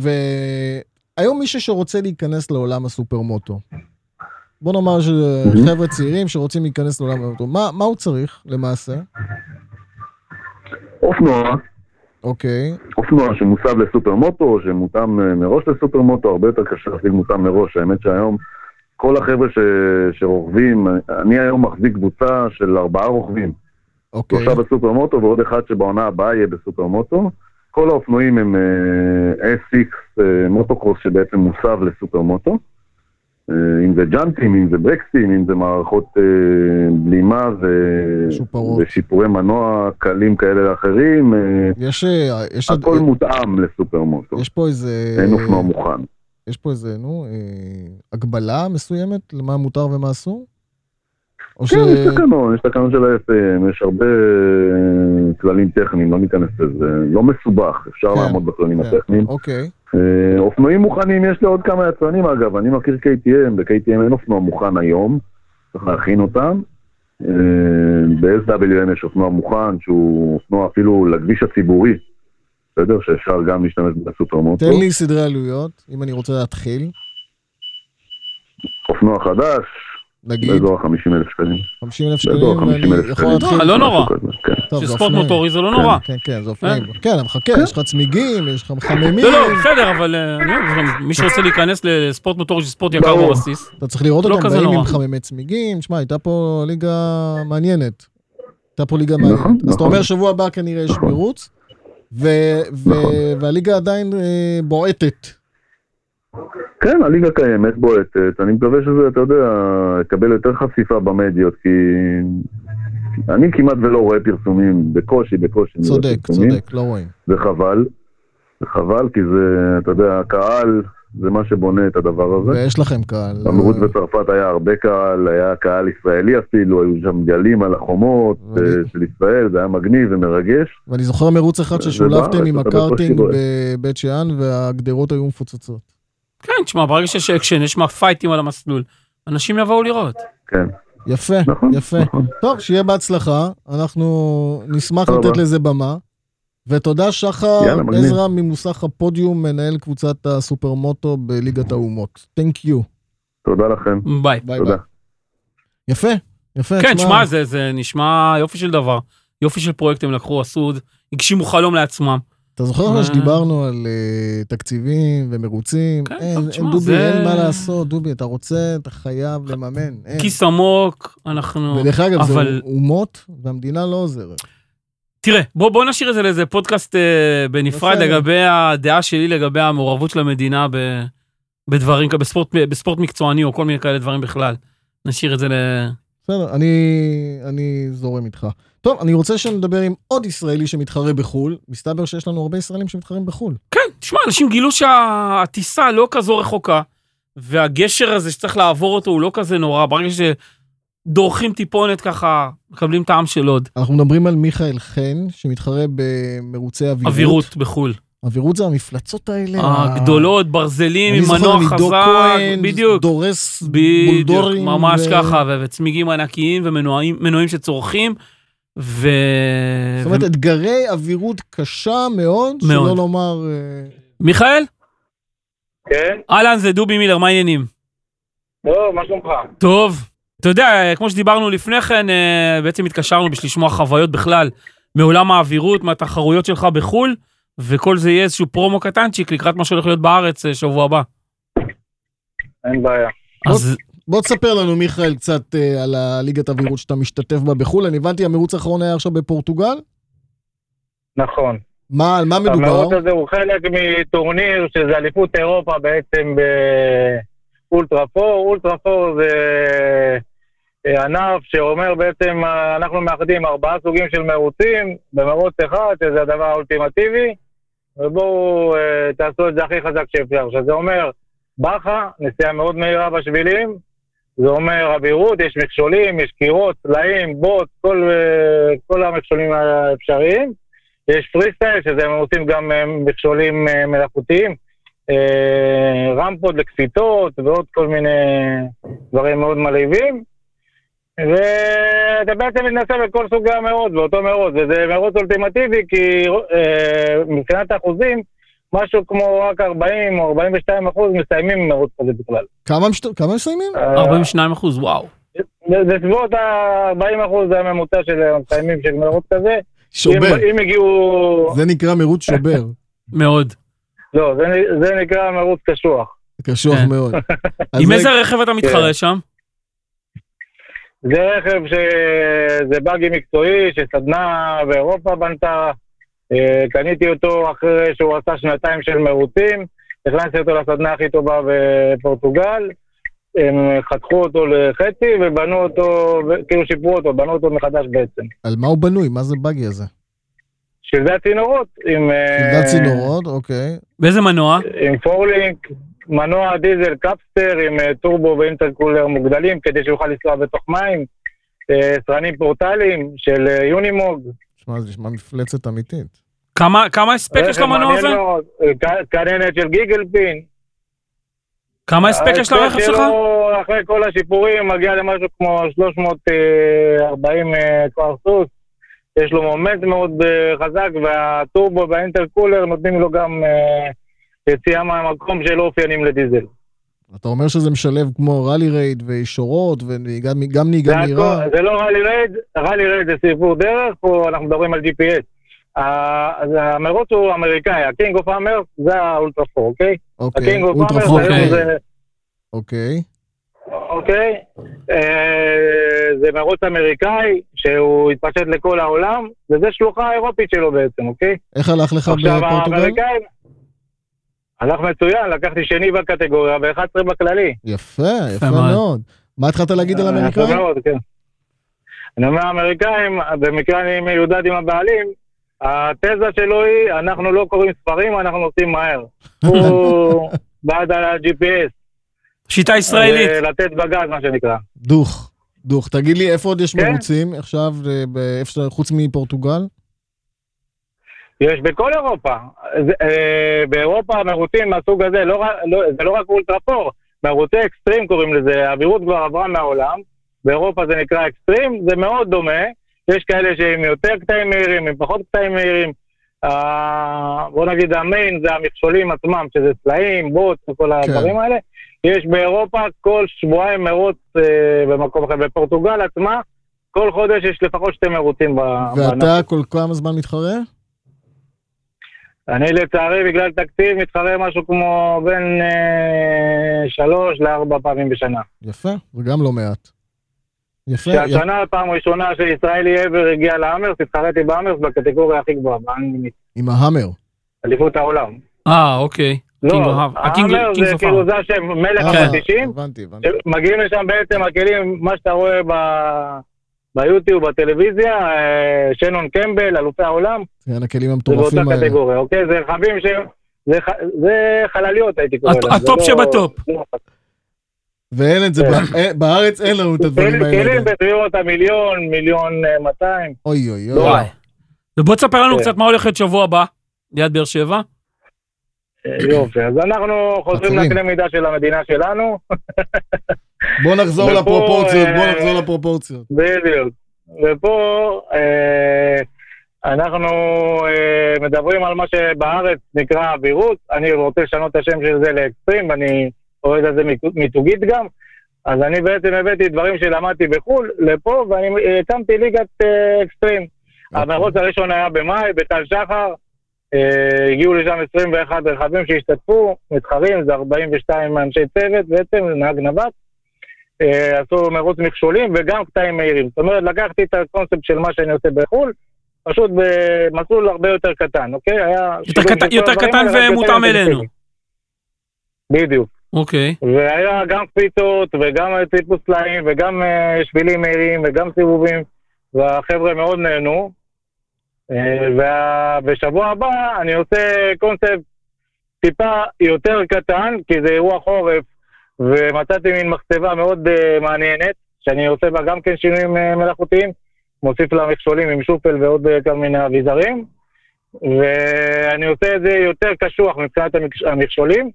Speaker 1: והיום מישהו שרוצה להיכנס לעולם הסופרמוטו, בוא נאמר שחבר'ה צעירים שרוצים להיכנס לעולם המוטו, מה מה הוא צריך למעשה?
Speaker 3: אופנוע,
Speaker 1: אוקיי,
Speaker 3: אופנוע שמוסב לסופרמוטו, שמותאם אה, מראש לסופרמוטו, הרבה יותר קשה להפעיל מותאם מראש. האמת שהיום כל החבר'ה ש... שרוכבים, אני היום מחזיק קבוצה של ארבעה רוכבים.
Speaker 1: אוקיי,
Speaker 3: שלושה בסופרמוטו ועוד אחד שבעונה הבאה יהיה בסופרמוטו. כל האופנועים הם אה, S6 אה, מוטוקרוס שבעצם מוסב לסופרמוטו. אה, אם זה ג'אנטים, אם זה ברקסים, אם זה מערכות אה, בלימה ו...
Speaker 1: שופרות.
Speaker 3: ושיפורי מנוע קלים כאלה ואחרים. אה,
Speaker 1: יש אה, יש עוד-
Speaker 3: הכל לא מותאם לסופרמוטו,
Speaker 1: יש אה, פה איזה,
Speaker 3: אין אופנוע מוכן.
Speaker 1: יש פה איזה, נו, אה, הגבלה מסוימת למה מותר ומה אסור? או ש...
Speaker 3: כן, יש תקנון, יש תקנון של ה-FM, יש הרבה אה, כללים טכניים, לא ניכנס לזה, לא מסובך, אפשר
Speaker 1: כן,
Speaker 3: לעמוד בכללים
Speaker 1: כן.
Speaker 3: הטכניים.
Speaker 1: אוקיי,
Speaker 3: אה, אופנועים מוכנים, יש לעוד כמה יצרנים אגב, אני מכיר KTM, ב-KTM אין אופנוע מוכן היום, צריך להכין אותם. אה, ב-SWM יש אופנוע מוכן, שהוא אופנוע אפילו לכביש הציבורי, בסדר? שאפשר גם להשתמש בסופרמוטו.
Speaker 1: תן לי סדרי עלויות, אם אני רוצה להתחיל,
Speaker 3: אופנוע חדש,
Speaker 1: נגיד
Speaker 3: באזור ה-50 אלף שקלים.
Speaker 1: 50 אלף
Speaker 3: באזור
Speaker 1: שקלים,
Speaker 3: ה-50 אלף
Speaker 1: ואני יכול
Speaker 3: שקלים.
Speaker 1: להתחיל...
Speaker 2: אה, לא נורא.
Speaker 3: משהו כזה, כן.
Speaker 1: טוב, זה
Speaker 2: שספורט
Speaker 1: אופניים.
Speaker 2: מוטורי זה לא נורא.
Speaker 1: כן, כן, זה אופניים. כן, אבל חכה, יש לך צמיגים, יש לך מחממים,
Speaker 2: אה. לא, לא, בסדר, אבל אה, אני אומר, גם מי שרוצה להיכנס לספורט מוטורי של ספורט יקר
Speaker 3: ברור.
Speaker 2: בבסיס,
Speaker 1: אתה צריך לראות
Speaker 2: לא
Speaker 1: אותם
Speaker 2: כזה
Speaker 1: באים עם
Speaker 2: נורא.
Speaker 1: מחממי צמיגים. שמע, הייתה פה ליגה מעניינת. הייתה פה ליגה
Speaker 3: נכון,
Speaker 1: מעניינת. אז אתה
Speaker 3: נכון.
Speaker 1: אומר, שבוע הבא כנראה יש
Speaker 3: נכון.
Speaker 1: מרוץ, ו- ו- והליגה עדיין אה, בועטת.
Speaker 3: כן, הליגה קיימת, בועטת. אני מקווה שזה, אתה יודע, יקבל יותר חשיפה במדיות, כי... אני כמעט ולא רואה פרסומים, בקושי, בקושי. אני רואה
Speaker 1: צודק,
Speaker 3: פרסומים.
Speaker 1: צודק, לא רואים.
Speaker 3: זה חבל. זה חבל, כי זה, אתה יודע, הקהל זה מה שבונה את הדבר הזה.
Speaker 1: ויש לכם קהל.
Speaker 3: במרוץ
Speaker 1: אה,
Speaker 3: בצרפת היה הרבה קהל, היה קהל ישראלי אפילו, היו שם דגלים על החומות
Speaker 1: ואני-
Speaker 3: אה, של ישראל, זה היה מגניב ומרגש.
Speaker 1: ואני זוכר מרוץ אחד
Speaker 3: זה
Speaker 1: ששולבתם
Speaker 3: בארץ,
Speaker 1: עם
Speaker 3: אתה בקושי
Speaker 1: הקארטינג
Speaker 3: רואה.
Speaker 1: בבית שאן, והגדרות היו מפוצצות.
Speaker 2: כן, תשמע, ברגע שיש אקשן, יש מה פייטים על המסלול, אנשים יבואו לראות.
Speaker 3: כן,
Speaker 1: יפה,
Speaker 3: נכון,
Speaker 1: יפה.
Speaker 3: נכון.
Speaker 1: טוב, שיהיה בהצלחה, אנחנו נשמח
Speaker 3: תודה
Speaker 1: לתת
Speaker 3: רבה.
Speaker 1: לזה במה. ותודה שחר
Speaker 3: יאללה, מגניב.
Speaker 1: עזרא ממוסך הפודיום, מנהל קבוצת הסופרמוטו בליגת האומות. Thank you.
Speaker 3: תודה לכם.
Speaker 2: ביי.
Speaker 1: ביי ביי.
Speaker 3: תודה.
Speaker 1: יפה, יפה.
Speaker 2: כן, תשמע, זה, זה נשמע יופי של דבר. יופי של פרויקט הם לקחו, עשו, הגשימו חלום לעצמם.
Speaker 1: אתה זוכר אבל
Speaker 2: אה.
Speaker 1: שדיברנו על אה, תקציבים ומרוצים?
Speaker 2: כן,
Speaker 1: אין,
Speaker 2: טוב,
Speaker 1: אין,
Speaker 2: תשמע,
Speaker 1: דובי,
Speaker 2: זה-
Speaker 1: אין מה לעשות, דובי, אתה רוצה, אתה חייב לממן, אין.
Speaker 2: כיס עמוק, אנחנו...
Speaker 1: ודרך אגב,
Speaker 2: אבל-
Speaker 1: זה אומות, והמדינה לא עוזרת.
Speaker 2: תראה, בוא, בוא נשאיר את זה לאיזה פודקאסט אה, בנפרד
Speaker 1: בסדר.
Speaker 2: לגבי הדעה שלי לגבי המעורבות של המדינה ב, בדברים, כ- בספורט, בספורט מקצועני או כל מיני כאלה דברים בכלל. נשאיר את זה ל...
Speaker 1: בסדר, אני, אני זורם איתך. טוב, אני רוצה שנדבר עם עוד ישראלי שמתחרה בחו"ל. מסתבר שיש לנו הרבה ישראלים שמתחרים בחו"ל.
Speaker 2: כן, תשמע, אנשים גילו שהטיסה לא כזו רחוקה, והגשר הזה שצריך לעבור אותו הוא לא כזה נורא, ברגע שדורכים טיפונת ככה, מקבלים טעם של עוד.
Speaker 1: אנחנו מדברים על מיכאל חן, שמתחרה במרוצי אווירות.
Speaker 2: אווירות בחו"ל.
Speaker 1: אווירות זה המפלצות האלה.
Speaker 2: הגדולות, ברזלים עם
Speaker 1: אה, אני זוכר
Speaker 2: מנוע
Speaker 1: עידו
Speaker 2: חזק,
Speaker 1: כהן,
Speaker 2: בדיוק.
Speaker 1: דורס
Speaker 2: בדיוק,
Speaker 1: בולדורים.
Speaker 2: ממש
Speaker 1: ו-
Speaker 2: ככה, ו- וצמיגים ענקיים ומנועים מנועים שצורכים, ו...
Speaker 1: זאת אומרת, אתגרי אווירות קשה מאוד,
Speaker 2: מאוד.
Speaker 1: שלא לומר... אה,
Speaker 2: מיכאל,
Speaker 4: כן?
Speaker 2: אהלן זה דובי מילר, מה העניינים?
Speaker 4: טוב, מה שלומך?
Speaker 2: טוב, אתה יודע, אה, כמו שדיברנו לפני כן, אה, בעצם התקשרנו בשביל לשמוע חוויות בכלל מעולם האווירות, מהתחרויות שלך בחו"ל, וכל זה יהיה איזשהו פרומו קטנצ'יק לקראת מה שהולך להיות בארץ אה, שבוע הבא.
Speaker 4: אין בעיה.
Speaker 2: אז
Speaker 1: בוא תספר לנו, מיכאל, קצת אה, על הליגת האווירות שאתה משתתף בה בחו"ל. אני הבנתי, המרוץ האחרון היה עכשיו בפורטוגל?
Speaker 4: נכון.
Speaker 1: מה, על מה מדובר?
Speaker 4: המרוץ הזה הוא חלק מטורניר שזה אליפות אירופה בעצם באולטרה פור. אולטרה פור זה אה, ענף שאומר בעצם אה, אנחנו מאחדים ארבעה סוגים של מרוצים במרוץ אחד, שזה הדבר האולטימטיבי, ובואו אה, תעשו את זה הכי חזק שאפשר. שזה אומר בכה, נסיעה מאוד מהירה בשבילים, זה אומר אבירות, יש מכשולים, יש קירות, סלעים, בוט, כל, אה, כל המכשולים האפשריים. יש פרי סטייל, שזה הם עושים גם אה, מכשולים אה, מלאכותיים, אה, רמפות לקפיצות ועוד כל מיני דברים מאוד מלהיבים. ואתה בעצם מתנסה בכל סוגי המרוץ, באותו מרוץ, וזה מרוץ אולטימטיבי כי אה, מבחינת האחוזים, משהו כמו רק 40 או 42 אחוז מסיימים מרוץ כזה בכלל.
Speaker 1: כמה מש- כמה מסיימים?
Speaker 2: אה. 42 אחוז, וואו.
Speaker 4: זה זה בסביבות ה-40 אחוז זה הממוצע של המסיימים של מרוץ כזה.
Speaker 1: שובר.
Speaker 4: אם- אם הגיעו...
Speaker 1: זה נקרא מרוץ שובר.
Speaker 2: מאוד.
Speaker 4: לא, זה, נ- זה נקרא מרוץ קשוח.
Speaker 1: זה קשוח
Speaker 2: כן.
Speaker 1: מאוד. אז
Speaker 2: עם
Speaker 1: רגע,
Speaker 2: איזה רכב אתה
Speaker 4: כן.
Speaker 2: מתחרה שם?
Speaker 4: זה רכב שזה באגי מקצועי, שסדנה באירופה בנתה. אה, קניתי אותו אחרי שהוא עשה שנתיים של מרוצים. הכנסתי אותו לסדנה הכי טובה בפורטוגל. הם חתכו אותו לחצי ובנו אותו, כאילו שיפרו אותו, בנו אותו מחדש בעצם.
Speaker 1: על מה הוא בנוי? מה זה באגי הזה?
Speaker 4: אה. שלדי הצינורות עם... אה,
Speaker 1: עמדת צינורות, אוקיי.
Speaker 2: באיזה מנוע?
Speaker 4: עם פורלינק, מנוע דיזל קפסטר עם אה, טורבו ואינטרקולר מוגדלים כדי שיוכל לנסוע בתוך מים, אה, סרנים פורטליים של אה, יונימוג.
Speaker 1: שמע, זה נשמע מפלצת אמיתית.
Speaker 2: כמה כמה הספק יש
Speaker 4: רכב
Speaker 2: למנוע
Speaker 4: מעניין
Speaker 2: הזה?
Speaker 4: מאוד, אה, ק- כננת של גיגל פין.
Speaker 2: כמה הספק
Speaker 4: אה,
Speaker 2: יש לרכב שלך?
Speaker 4: שלו, אחרי כל השיפורים מגיע למשהו כמו 340 אה, כוח סוס. יש לו מומנט מאוד אה, חזק והטורבו והאינטרקולר נותנים לו גם אה, יציאה מהמקום שלא אופיינים לדיזל.
Speaker 1: אתה אומר שזה משלב כמו ראלי רייד וישורות וגם גם נהיגה
Speaker 4: זה
Speaker 1: מהירה.
Speaker 4: הכל- זה לא רלי רייד, רלי רייד זה סיפור דרך, פה אנחנו מדברים על GPS. ה- אז המרוץ הוא אמריקאי, הקינג אוף אמרס זה האולטרה פור, אוקיי?
Speaker 1: אוקיי,
Speaker 4: הקינג אוף
Speaker 1: אולטרה
Speaker 4: אמרס
Speaker 2: פור,
Speaker 1: פורט.
Speaker 4: היום זה,
Speaker 1: אוקיי.
Speaker 4: אוקיי? אה, זה מרוץ אמריקאי שהוא התפשט לכל העולם, וזה שלוחה אירופית שלו בעצם, אוקיי?
Speaker 1: איך הלך לך
Speaker 4: עכשיו
Speaker 1: בפורטוגל?
Speaker 4: האמריקאים... הלך מצוין, לקחתי שני בקטגוריה ו-11 בכללי.
Speaker 1: יפה, יפה
Speaker 2: יפה מאוד.
Speaker 1: מאוד. מה התחלת להגיד על
Speaker 4: יפה
Speaker 1: אמריקאים?
Speaker 4: מאוד, כן. אני אומר האמריקאים, במקרה אני מיודד עם הבעלים, התזה שלו היא, אנחנו לא קוראים ספרים, אנחנו נוסעים מהר. הוא בעד ה-GPS,
Speaker 2: שיטה ישראלית.
Speaker 4: אה, לתת בגז, מה שנקרא.
Speaker 1: דוך, דוך. תגיד לי, איפה עוד יש
Speaker 4: כן.
Speaker 1: מרוצים עכשיו, אה, ב- איפה ש- חוץ מפורטוגל?
Speaker 4: יש בכל אירופה. זה, אה, באירופה מרוצים מהסוג הזה, לא, רק- לא, זה לא רק אולטרפור, מרוצי אקסטרים קוראים לזה, האווירות כבר עברה מהעולם, באירופה זה נקרא אקסטרים, זה מאוד דומה, יש כאלה שהם יותר קטעים מהירים, הם פחות קטעים מהירים. ה- בוא נגיד המיין זה המכשולים עצמם, שזה סלעים, בוט וכל הדברים האלה. יש באירופה כל שבועיים מרוץ אה, במקום אחר, בפורטוגל עצמה, כל חודש יש לפחות שתי מרוצים. ב- בענף.
Speaker 1: ואתה כל כמה זמן מתחרה?
Speaker 4: אני לצערי, בגלל תקציב, מתחרה משהו כמו בין אה, שלוש לארבע פעמים בשנה.
Speaker 1: יפה, וגם לא מעט. יפה, יפה.
Speaker 4: שהשנה, פעם ראשונה שישראלי עבר הגיע להאמרס, התחרתי בהאמרס בקטגוריה הכי גבוהה, באנגלית,
Speaker 1: עם ההאמר.
Speaker 4: אליפות העולם.
Speaker 2: אה, אוקיי. King of
Speaker 4: לא,
Speaker 2: Ham- ה-King-
Speaker 4: ההאמרס
Speaker 2: Kings
Speaker 4: זה
Speaker 2: of כן.
Speaker 4: כאילו
Speaker 2: Ham.
Speaker 4: זה השם, מלך
Speaker 1: אה,
Speaker 4: החדישים,
Speaker 1: הבנתי, הבנתי.
Speaker 4: מגיעים לשם בעצם הכלים, מה שאתה רואה ב- ביוטיוב, בטלוויזיה, אה, שנון קמבל, אלופי העולם,
Speaker 1: כן, הכלים
Speaker 4: זה באותה
Speaker 1: המטורפים האלה.
Speaker 4: קטגוריה, אוקיי? זה רכבים שהם... זה ח- זה חלליות הייתי קורא
Speaker 2: הט-
Speaker 4: להם. זה
Speaker 2: הטופ
Speaker 4: לא-
Speaker 2: שבטופ.
Speaker 4: לא,
Speaker 1: ואין את זה, בא- אה, בארץ אין
Speaker 4: כן.
Speaker 1: לנו את הדברים האלה.
Speaker 4: כלים
Speaker 1: גם.
Speaker 4: בסביבות המיליון, מיליון אה, 200.
Speaker 1: אוי אוי אוי.
Speaker 2: וואי. ובוא תספר לנו
Speaker 4: לא כן.
Speaker 2: קצת מה הולך להיות שבוע הבא, ליד באר שבע.
Speaker 4: אה,
Speaker 1: כן.
Speaker 4: יופי, אז אנחנו חוזרים
Speaker 1: מתחילים.
Speaker 4: לקנה מידה של המדינה שלנו,
Speaker 1: בוא נחזור
Speaker 4: ופה,
Speaker 1: לפרופורציות, בוא
Speaker 4: אה,
Speaker 1: נחזור לפרופורציות.
Speaker 4: בדיוק. ופה אה, אנחנו אה, מדברים על מה שבארץ נקרא אווירות, אני רוצה לשנות את השם של זה לאקסטרים, אני אוהד על זה מיתוג- מיתוגית גם, אז אני בעצם הבאתי דברים שלמדתי בחו"ל לפה, ואני אה, הקמתי ליגת אה, אקסטרים.
Speaker 2: אוקיי.
Speaker 4: המרוץ הראשון היה במאי, בטל שחר. אה, הגיעו לשם 21 רכבים שהשתתפו, מתחרים, זה 42 אנשי צוות בעצם, זה נהג נווט. אה, עשו מרוץ מכשולים וגם קטעים מהירים. זאת אומרת, לקחתי את הקונספט של מה שאני עושה בחו"ל, פשוט במסלול הרבה יותר קטן, אוקיי? היה... שילוב של
Speaker 2: קט-
Speaker 4: כל
Speaker 2: יותר
Speaker 4: הדברים
Speaker 2: קטן
Speaker 4: האלה, רק יותר
Speaker 2: ומותאם
Speaker 4: אינטנסיבי.
Speaker 2: אלינו.
Speaker 4: בדיוק.
Speaker 2: אוקיי.
Speaker 4: והיה גם קפיצות, וגם אה, טיפוס סלעים, וגם אה, שבילים מהירים, וגם סיבובים, והחבר'ה מאוד נהנו. אה, וה- בשבוע הבא אני עושה קונספט טיפה יותר קטן, כי זה אירוע חורף, ומצאתי מין מחצבה מאוד אה, מעניינת, שאני עושה בה גם כן שינויים אה, מלאכותיים, מוסיף לה מכשולים עם שופל ועוד אה, כל מיני אביזרים, ואני עושה את זה יותר קשוח מבחינת המכש- המכשולים.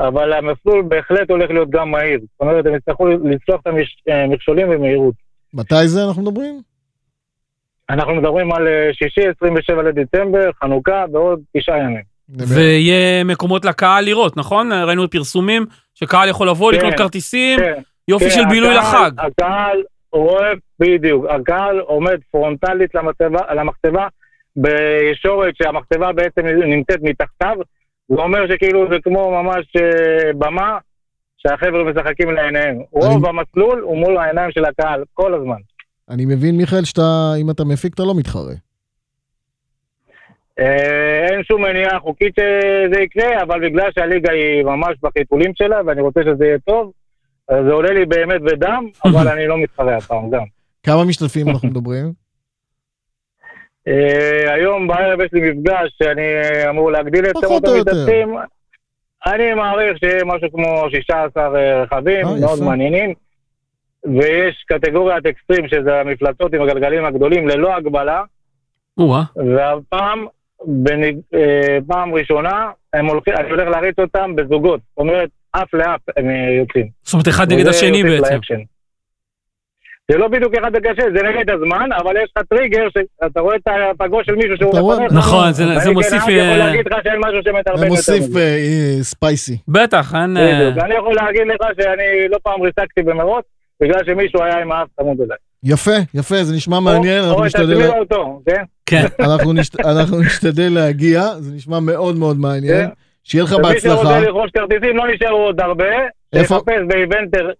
Speaker 4: אבל המסלול בהחלט הולך להיות גם מהיר. זאת אומרת, הם יצטרכו לצלוח את המכשולים במהירות.
Speaker 1: מתי זה אנחנו מדברים?
Speaker 4: אנחנו מדברים על אה, שישי, 27 לדצמבר, חנוכה, בעוד תשעה ימים.
Speaker 2: ויהיה מקומות לקהל לראות, נכון? ראינו פרסומים שקהל יכול לבוא,
Speaker 4: כן,
Speaker 2: לקנות כרטיסים,
Speaker 4: כן,
Speaker 2: יופי
Speaker 4: כן,
Speaker 2: של בילוי
Speaker 4: הקהל-
Speaker 2: לחג.
Speaker 4: הקהל אוהב, בדיוק, הקהל עומד פרונטלית למחצבה- למחצבה בישורת שהמחצבה בעצם נמצאת מתחתיו. זה אומר שכאילו זה כמו ממש אה, במה שהחבר'ה משחקים לעיניהם. רוב המסלול הוא מול העיניים של הקהל, כל הזמן.
Speaker 1: אני מבין, מיכאל, שאתה, אם אתה מפיק, אתה לא מתחרה.
Speaker 4: אה, אין שום מניעה חוקית שזה יקרה, אבל בגלל שהליגה היא ממש בחיתולים שלה, ואני רוצה שזה יהיה טוב, אז זה עולה לי באמת בדם, אבל אני לא מתחרה הפעם גם.
Speaker 1: כמה משתתפים אנחנו מדברים?
Speaker 4: אה, היום בערב יש לי מפגש שאני אמור להגדיל את
Speaker 1: פחות
Speaker 4: שמות
Speaker 1: או יותר.
Speaker 4: המתאבקים. אני מעריך שיהיה משהו כמו 16 רכבים,
Speaker 1: אה,
Speaker 4: מאוד
Speaker 1: יפה.
Speaker 4: מעניינים. ויש קטגוריית אקסטרים, שזה המפלצות עם הגלגלים הגדולים ללא הגבלה.
Speaker 2: או-אה.
Speaker 4: והפעם, בנ... אה, פעם ראשונה, הם הולכים, אני הולך להריץ אותם בזוגות. זאת אומרת, אף לאף הם אה, יוצאים.
Speaker 2: זאת אומרת, אחד נגד
Speaker 4: וזה
Speaker 2: השני
Speaker 4: יוסיף
Speaker 2: בעצם.
Speaker 4: לאקשן. זה לא בדיוק אחד נגד השני, זה נגד הזמן, אבל יש לך טריגר שאתה רואה את הפגו של מישהו שהוא
Speaker 1: אתה רואה?
Speaker 4: לפניך.
Speaker 2: נכון, זה-
Speaker 4: ואני
Speaker 2: זה מוסיף...
Speaker 4: כנהג יכול
Speaker 2: אה,
Speaker 4: להגיד לך שאין משהו שמתערבן
Speaker 1: אני
Speaker 4: יותר
Speaker 1: מוסיף
Speaker 4: מזה.
Speaker 1: אה, אה, ספייסי.
Speaker 2: בטח, אין... אה,
Speaker 4: בדיוק. אני יכול להגיד לך שאני לא פעם ריסקתי במרוץ, בגלל שמישהו היה עם האף צמוד אליי.
Speaker 1: יפה, יפה, זה נשמע מעניין,
Speaker 4: או-
Speaker 1: אנחנו
Speaker 4: או את עצמי
Speaker 1: נשתדל...
Speaker 4: או אותו, כן?
Speaker 2: כן.
Speaker 1: אנחנו, נשת... אנחנו נשתדל להגיע, זה נשמע מאוד מאוד מעניין.
Speaker 4: כן.
Speaker 1: שיהיה לך
Speaker 4: ומי שרוצה
Speaker 1: בהצלחה.
Speaker 4: לרכוש כרטיסים, לא נשארו עוד הרבה.
Speaker 1: איפה?
Speaker 4: תחפש באיבנטר,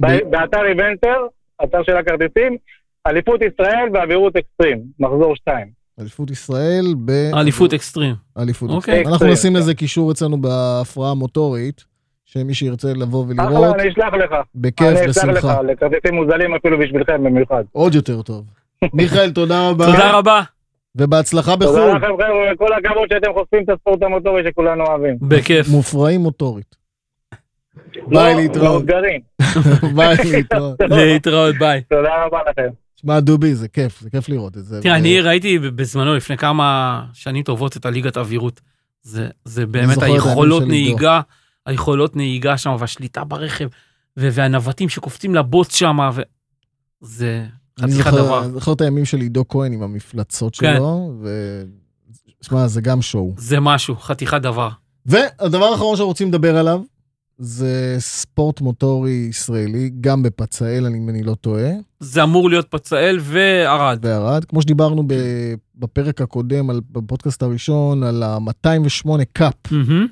Speaker 1: ב-
Speaker 4: באתר איבנטר, אתר של הכרטיסים, אליפות ישראל ואווירות אקסטרים, מחזור 2.
Speaker 1: אליפות ישראל ב...
Speaker 2: אליפות אקסטרים.
Speaker 1: אליפות
Speaker 2: אוקיי.
Speaker 1: ישראל. אנחנו
Speaker 4: אקסטרים,
Speaker 1: נשים לזה קישור אצלנו בהפרעה המוטורית, שמי שירצה לבוא
Speaker 4: אחלה,
Speaker 1: ולראות,
Speaker 4: אני אשלח לך.
Speaker 1: בכיף,
Speaker 4: אה, אני אשלח לך,
Speaker 1: בשמחה.
Speaker 4: לכרטיסים מוזלים אפילו בשבילכם במיוחד.
Speaker 1: עוד יותר טוב. מיכאל, תודה רבה,
Speaker 2: תודה רבה.
Speaker 1: ובהצלחה
Speaker 4: תודה
Speaker 1: בחו"ל.
Speaker 4: לכם חבר'ה, כל הכבוד שאתם חושפים את הספורט המוטורי שכולנו אוהבים.
Speaker 2: בכיף.
Speaker 1: מופרעים מוטורית. ביי,
Speaker 4: לא,
Speaker 1: להתראות.
Speaker 4: מאותגרים.
Speaker 1: ביי, להתראות.
Speaker 2: להתראות, ביי.
Speaker 4: תודה רבה לכם.
Speaker 1: שמע, דובי, זה כיף, זה כיף לראות את זה.
Speaker 2: תראה,
Speaker 1: ו-
Speaker 2: אני ראיתי בזמנו, לפני כמה שנים טובות, את הליגת האווירות. זה, זה באמת
Speaker 1: זוכר את הימים
Speaker 2: היכולות
Speaker 1: של
Speaker 2: נהיגה, היכולות נהיגה שם, והשליטה ברכב, ו- והנווטים שקופצים לבוץ שם, זה
Speaker 1: אני
Speaker 2: חתיכת
Speaker 1: זוכר-
Speaker 2: דבר.
Speaker 1: אני זוכר את הימים של עידו כהן עם המפלצות
Speaker 2: כן.
Speaker 1: שלו, ו... שמע, זה גם שואו.
Speaker 2: זה משהו, חתיכת דבר.
Speaker 1: והדבר האחרון שאנחנו רוצים לדבר עליו, זה ספורט מוטורי ישראלי, גם בפצאל, אני- אם אני לא טועה,
Speaker 2: זה אמור להיות פצאל וערד.
Speaker 1: בערד. כמו שדיברנו ב- בפרק הקודם, על- בפודקאסט הראשון, על ה-208 קאפ.
Speaker 2: מהמם.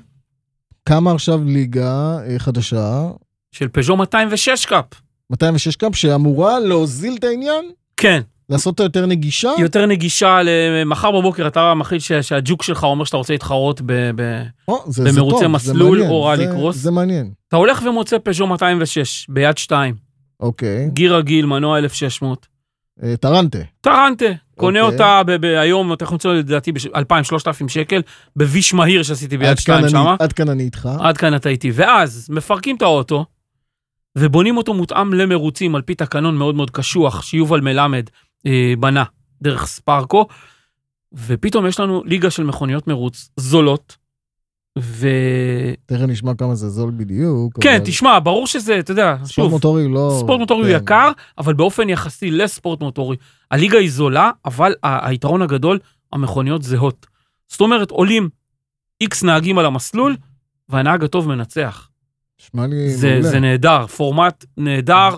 Speaker 1: קמה עכשיו ליגה אה, חדשה,
Speaker 2: של פז'ו 206 קאפ.
Speaker 1: 206 קאפ, שאמורה להוזיל את העניין,
Speaker 2: כן,
Speaker 1: לעשות אותה יותר נגישה.
Speaker 2: יותר נגישה למחר בבוקר אתה מחליט ש- שהג'וק שלך אומר שאתה רוצה להתחרות ב... ב...
Speaker 1: או, זה- זה
Speaker 2: במרוצי
Speaker 1: טוב, זה
Speaker 2: מסלול
Speaker 1: מעניין,
Speaker 2: או
Speaker 1: זה-
Speaker 2: ראלי-קרוס.
Speaker 1: זה מעניין.
Speaker 2: אתה הולך ומוצא פז'ו 206 ביד 2,
Speaker 1: אוקיי.
Speaker 2: גיר רגיל, מנוע 1600.
Speaker 1: אה, טרנטה.
Speaker 2: טרנטה, קונה
Speaker 1: אוקיי.
Speaker 2: אותה ב- ב- היום, אתה יכול למצוא לדעתי ב-2,000-3,000 שקל, בביש מהיר שעשיתי
Speaker 1: עד
Speaker 2: ביד
Speaker 1: כאן
Speaker 2: 2
Speaker 1: אני-
Speaker 2: שמה. אה.
Speaker 1: עד כאן אני איתך.
Speaker 2: עד כאן אתה איתי. ואז מפרקים את האוטו, ובונים אותו מותאם למרוצים על פי תקנון מאוד מאוד קשוח שיובל מלמד אה, בנה דרך ספרקו, ופתאום יש לנו ליגה של מכוניות מרוץ זולות, וכן,
Speaker 1: תכף נשמע כמה זה זול בדיוק. אבל
Speaker 2: כן, תשמע, ברור שזה, אתה יודע,
Speaker 1: ספורט
Speaker 2: שוב,
Speaker 1: מוטורי הוא לא...
Speaker 2: ספורט מוטורי הוא
Speaker 1: כן.
Speaker 2: יקר, אבל באופן יחסי לספורט מוטורי. הליגה היא זולה, אבל ה- היתרון הגדול, המכוניות זהות. זאת אומרת, עולים איקס נהגים על המסלול, והנהג הטוב מנצח.
Speaker 1: נשמע לי
Speaker 2: זה,
Speaker 1: כן, מעולה.
Speaker 2: זה נהדר, פורמט נהדר,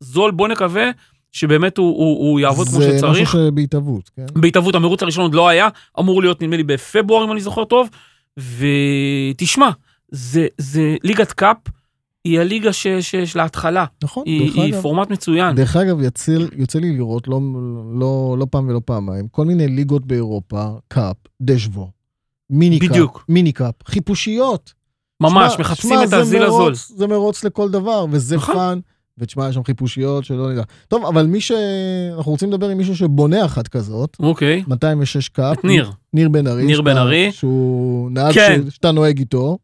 Speaker 2: זול, בוא נקווה שבאמת הוא, הוא, הוא יעבוד כמו
Speaker 1: זה
Speaker 2: שצריך.
Speaker 1: משהו שבהתהוות, כן?
Speaker 2: בהתהוות המרוץ הראשון עוד לא היה, אמור להיות נדמה לי בפברואר אם אני זוכר טוב, ותשמע, זה, זה ליגת קאפ, היא הליגה ש, ש, של ההתחלה,
Speaker 1: נכון,
Speaker 2: היא,
Speaker 1: דרך
Speaker 2: היא
Speaker 1: אגב.
Speaker 2: פורמט מצוין.
Speaker 1: דרך אגב, יצא- יוצא לי לראות לא- לא- לא פעם ולא פעמיים, כל מיני ליגות באירופה, קאפ, דשבו, מיני קאפ,
Speaker 2: בדיוק.
Speaker 1: מיני קאפ, חיפושיות.
Speaker 2: ממש,
Speaker 1: שמע-
Speaker 2: מחפשים
Speaker 1: שמע,
Speaker 2: את
Speaker 1: זה
Speaker 2: הזיל הזול.
Speaker 1: מרוץ- זה מרוץ לכל דבר, וזה
Speaker 2: נכון.
Speaker 1: פאן. ותשמע, יש שם חיפושיות שלא נדע. טוב, אבל מי ש... אנחנו רוצים לדבר עם מישהו שבונה אחת כזאת,
Speaker 2: אוקיי,
Speaker 1: 206 קאפ.
Speaker 2: את ניר,
Speaker 1: ניר בן ארי.
Speaker 2: ניר
Speaker 1: שאתה-
Speaker 2: בן ארי.
Speaker 1: שהוא נהג
Speaker 2: כן.
Speaker 1: ש- שאתה נוהג איתו.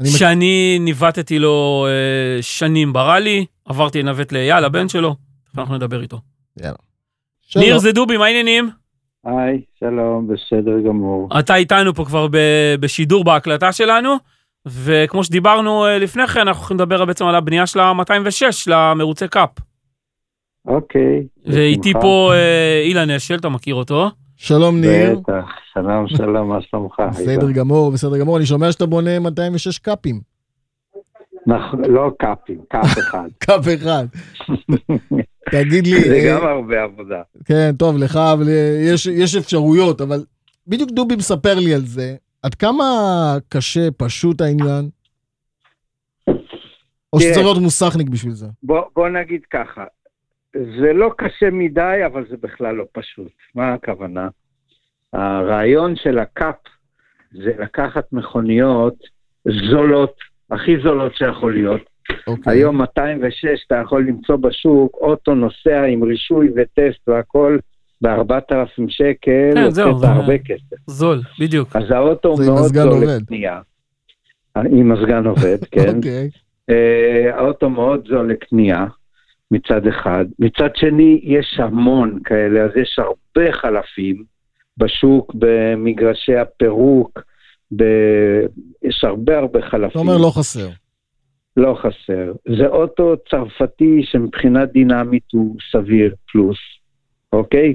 Speaker 1: אני מכיר-
Speaker 2: שאני ניווטתי לו אה, שנים בראלי, עברתי לנווט לאייל, הבן שלו, אנחנו נדבר איתו.
Speaker 1: שלום.
Speaker 2: ניר זה דובי, מה העניינים?
Speaker 4: היי, שלום, בסדר גמור.
Speaker 2: אתה איתנו פה כבר ב- בשידור בהקלטה שלנו, וכמו שדיברנו אה, לפני כן, אנחנו הולכים לדבר בעצם על הבנייה של ה-206, למרוצי קאפ.
Speaker 4: אוקיי.
Speaker 2: ואיתי
Speaker 4: בשמחה.
Speaker 2: פה אה, אילן אשל, אתה מכיר אותו.
Speaker 1: שלום ניר.
Speaker 4: בטח, שלום, שלום, מה שלומך?
Speaker 1: בסדר
Speaker 4: איתן?
Speaker 1: גמור, בסדר גמור. אני שומע שאתה בונה 206 קאפים.
Speaker 4: נכון, לא קאפים, קאפ אחד.
Speaker 1: קאפ אחד. תגיד לי,
Speaker 4: זה
Speaker 1: אה,
Speaker 4: גם הרבה עבודה.
Speaker 1: כן, טוב, לך אבל, אה, יש- יש אפשרויות, אבל בדיוק דובי מספר לי על זה. עד כמה קשה, פשוט העניין? או
Speaker 4: כן.
Speaker 1: שצריך להיות מוסכניק בשביל זה?
Speaker 4: בוא, בוא נגיד ככה, זה לא קשה מדי, אבל זה בכלל לא פשוט. מה הכוונה? הרעיון של הקאפ זה לקחת מכוניות זולות, הכי זולות שיכול להיות.
Speaker 1: אוקיי.
Speaker 4: היום 206 אתה יכול למצוא בשוק אוטו נוסע עם רישוי וטסט והכל ב-4,000 שקל,
Speaker 2: כן,
Speaker 4: הוצאת
Speaker 2: זהו, זה-
Speaker 4: הרבה כסף.
Speaker 2: זול, בדיוק.
Speaker 4: אז האוטו
Speaker 1: אה, זה עם
Speaker 4: מאוד
Speaker 1: מזגן
Speaker 4: זול
Speaker 1: עובד.
Speaker 4: לקנייה. עם מזגן עובד, כן.
Speaker 1: אוקיי.
Speaker 4: אה, האוטו מאוד זול לקנייה מצד אחד. מצד שני, יש המון כאלה, אז יש הרבה חלפים בשוק, במגרשי הפירוק, ב... יש הרבה הרבה חלפים.
Speaker 1: אתה אומר לא חסר.
Speaker 4: לא חסר. זה אוטו צרפתי שמבחינה דינמית הוא סביר פלוס, אוקיי?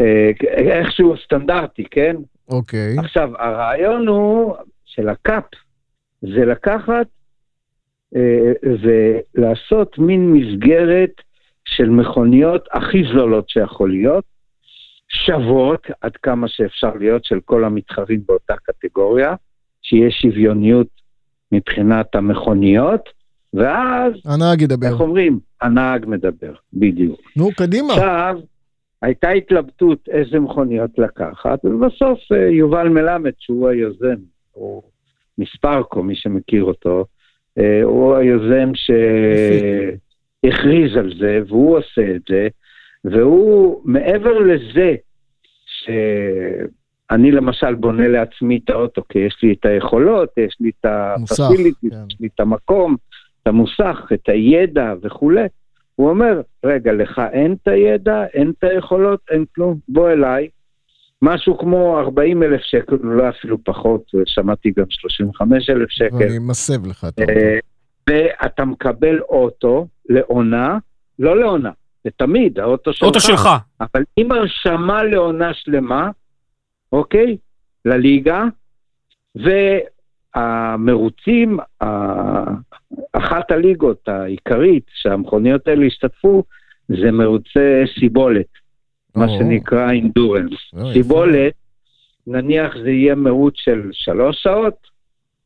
Speaker 4: אה, איכשהו סטנדרטי, כן?
Speaker 1: אוקיי.
Speaker 4: עכשיו, הרעיון הוא של הקאפ, זה לקחת אה, ולעשות מין מסגרת של מכוניות הכי זולות שיכול להיות, שוות עד כמה שאפשר להיות של כל המתחרים באותה קטגוריה, שיהיה שוויוניות מבחינת המכוניות, ואז,
Speaker 1: הנהג ידבר.
Speaker 4: איך אומרים? הנהג מדבר, בדיוק.
Speaker 1: נו, קדימה.
Speaker 4: עכשיו, הייתה התלבטות איזה מכוניות לקחת, ובסוף אה, יובל מלמד, שהוא היוזם, הוא מספרקו, מי שמכיר אותו, אה, הוא היוזם שהכריז על זה, והוא עושה את זה, והוא, מעבר לזה, שאני למשל בונה לעצמי את האוטו, כי יש לי את היכולות, יש לי את
Speaker 1: מוסך,
Speaker 4: הפסיליטי,
Speaker 1: כן.
Speaker 4: יש לי את המקום, את המוסך, את הידע וכולי. הוא אומר, רגע, לך אין את הידע, אין את היכולות, אין כלום, בוא אליי. משהו כמו 40 אלף שקל, אולי אפילו פחות, שמעתי גם 35 אלף שקל.
Speaker 1: ואני מסב לך את האוטו.
Speaker 4: אה, ואתה מקבל אוטו לעונה, לא לעונה, זה תמיד, האוטו שלך.
Speaker 2: אוטו שלך.
Speaker 4: אבל עם הרשמה לעונה שלמה, אוקיי? לליגה, והמרוצים, ה- אחת הליגות העיקרית שהמכוניות האלה השתתפו, זה מרוצי סיבולת, מה
Speaker 1: או,
Speaker 4: שנקרא אינדורנס.
Speaker 1: או, יפה.
Speaker 4: סיבולת, נניח זה יהיה מרוץ של שלוש שעות,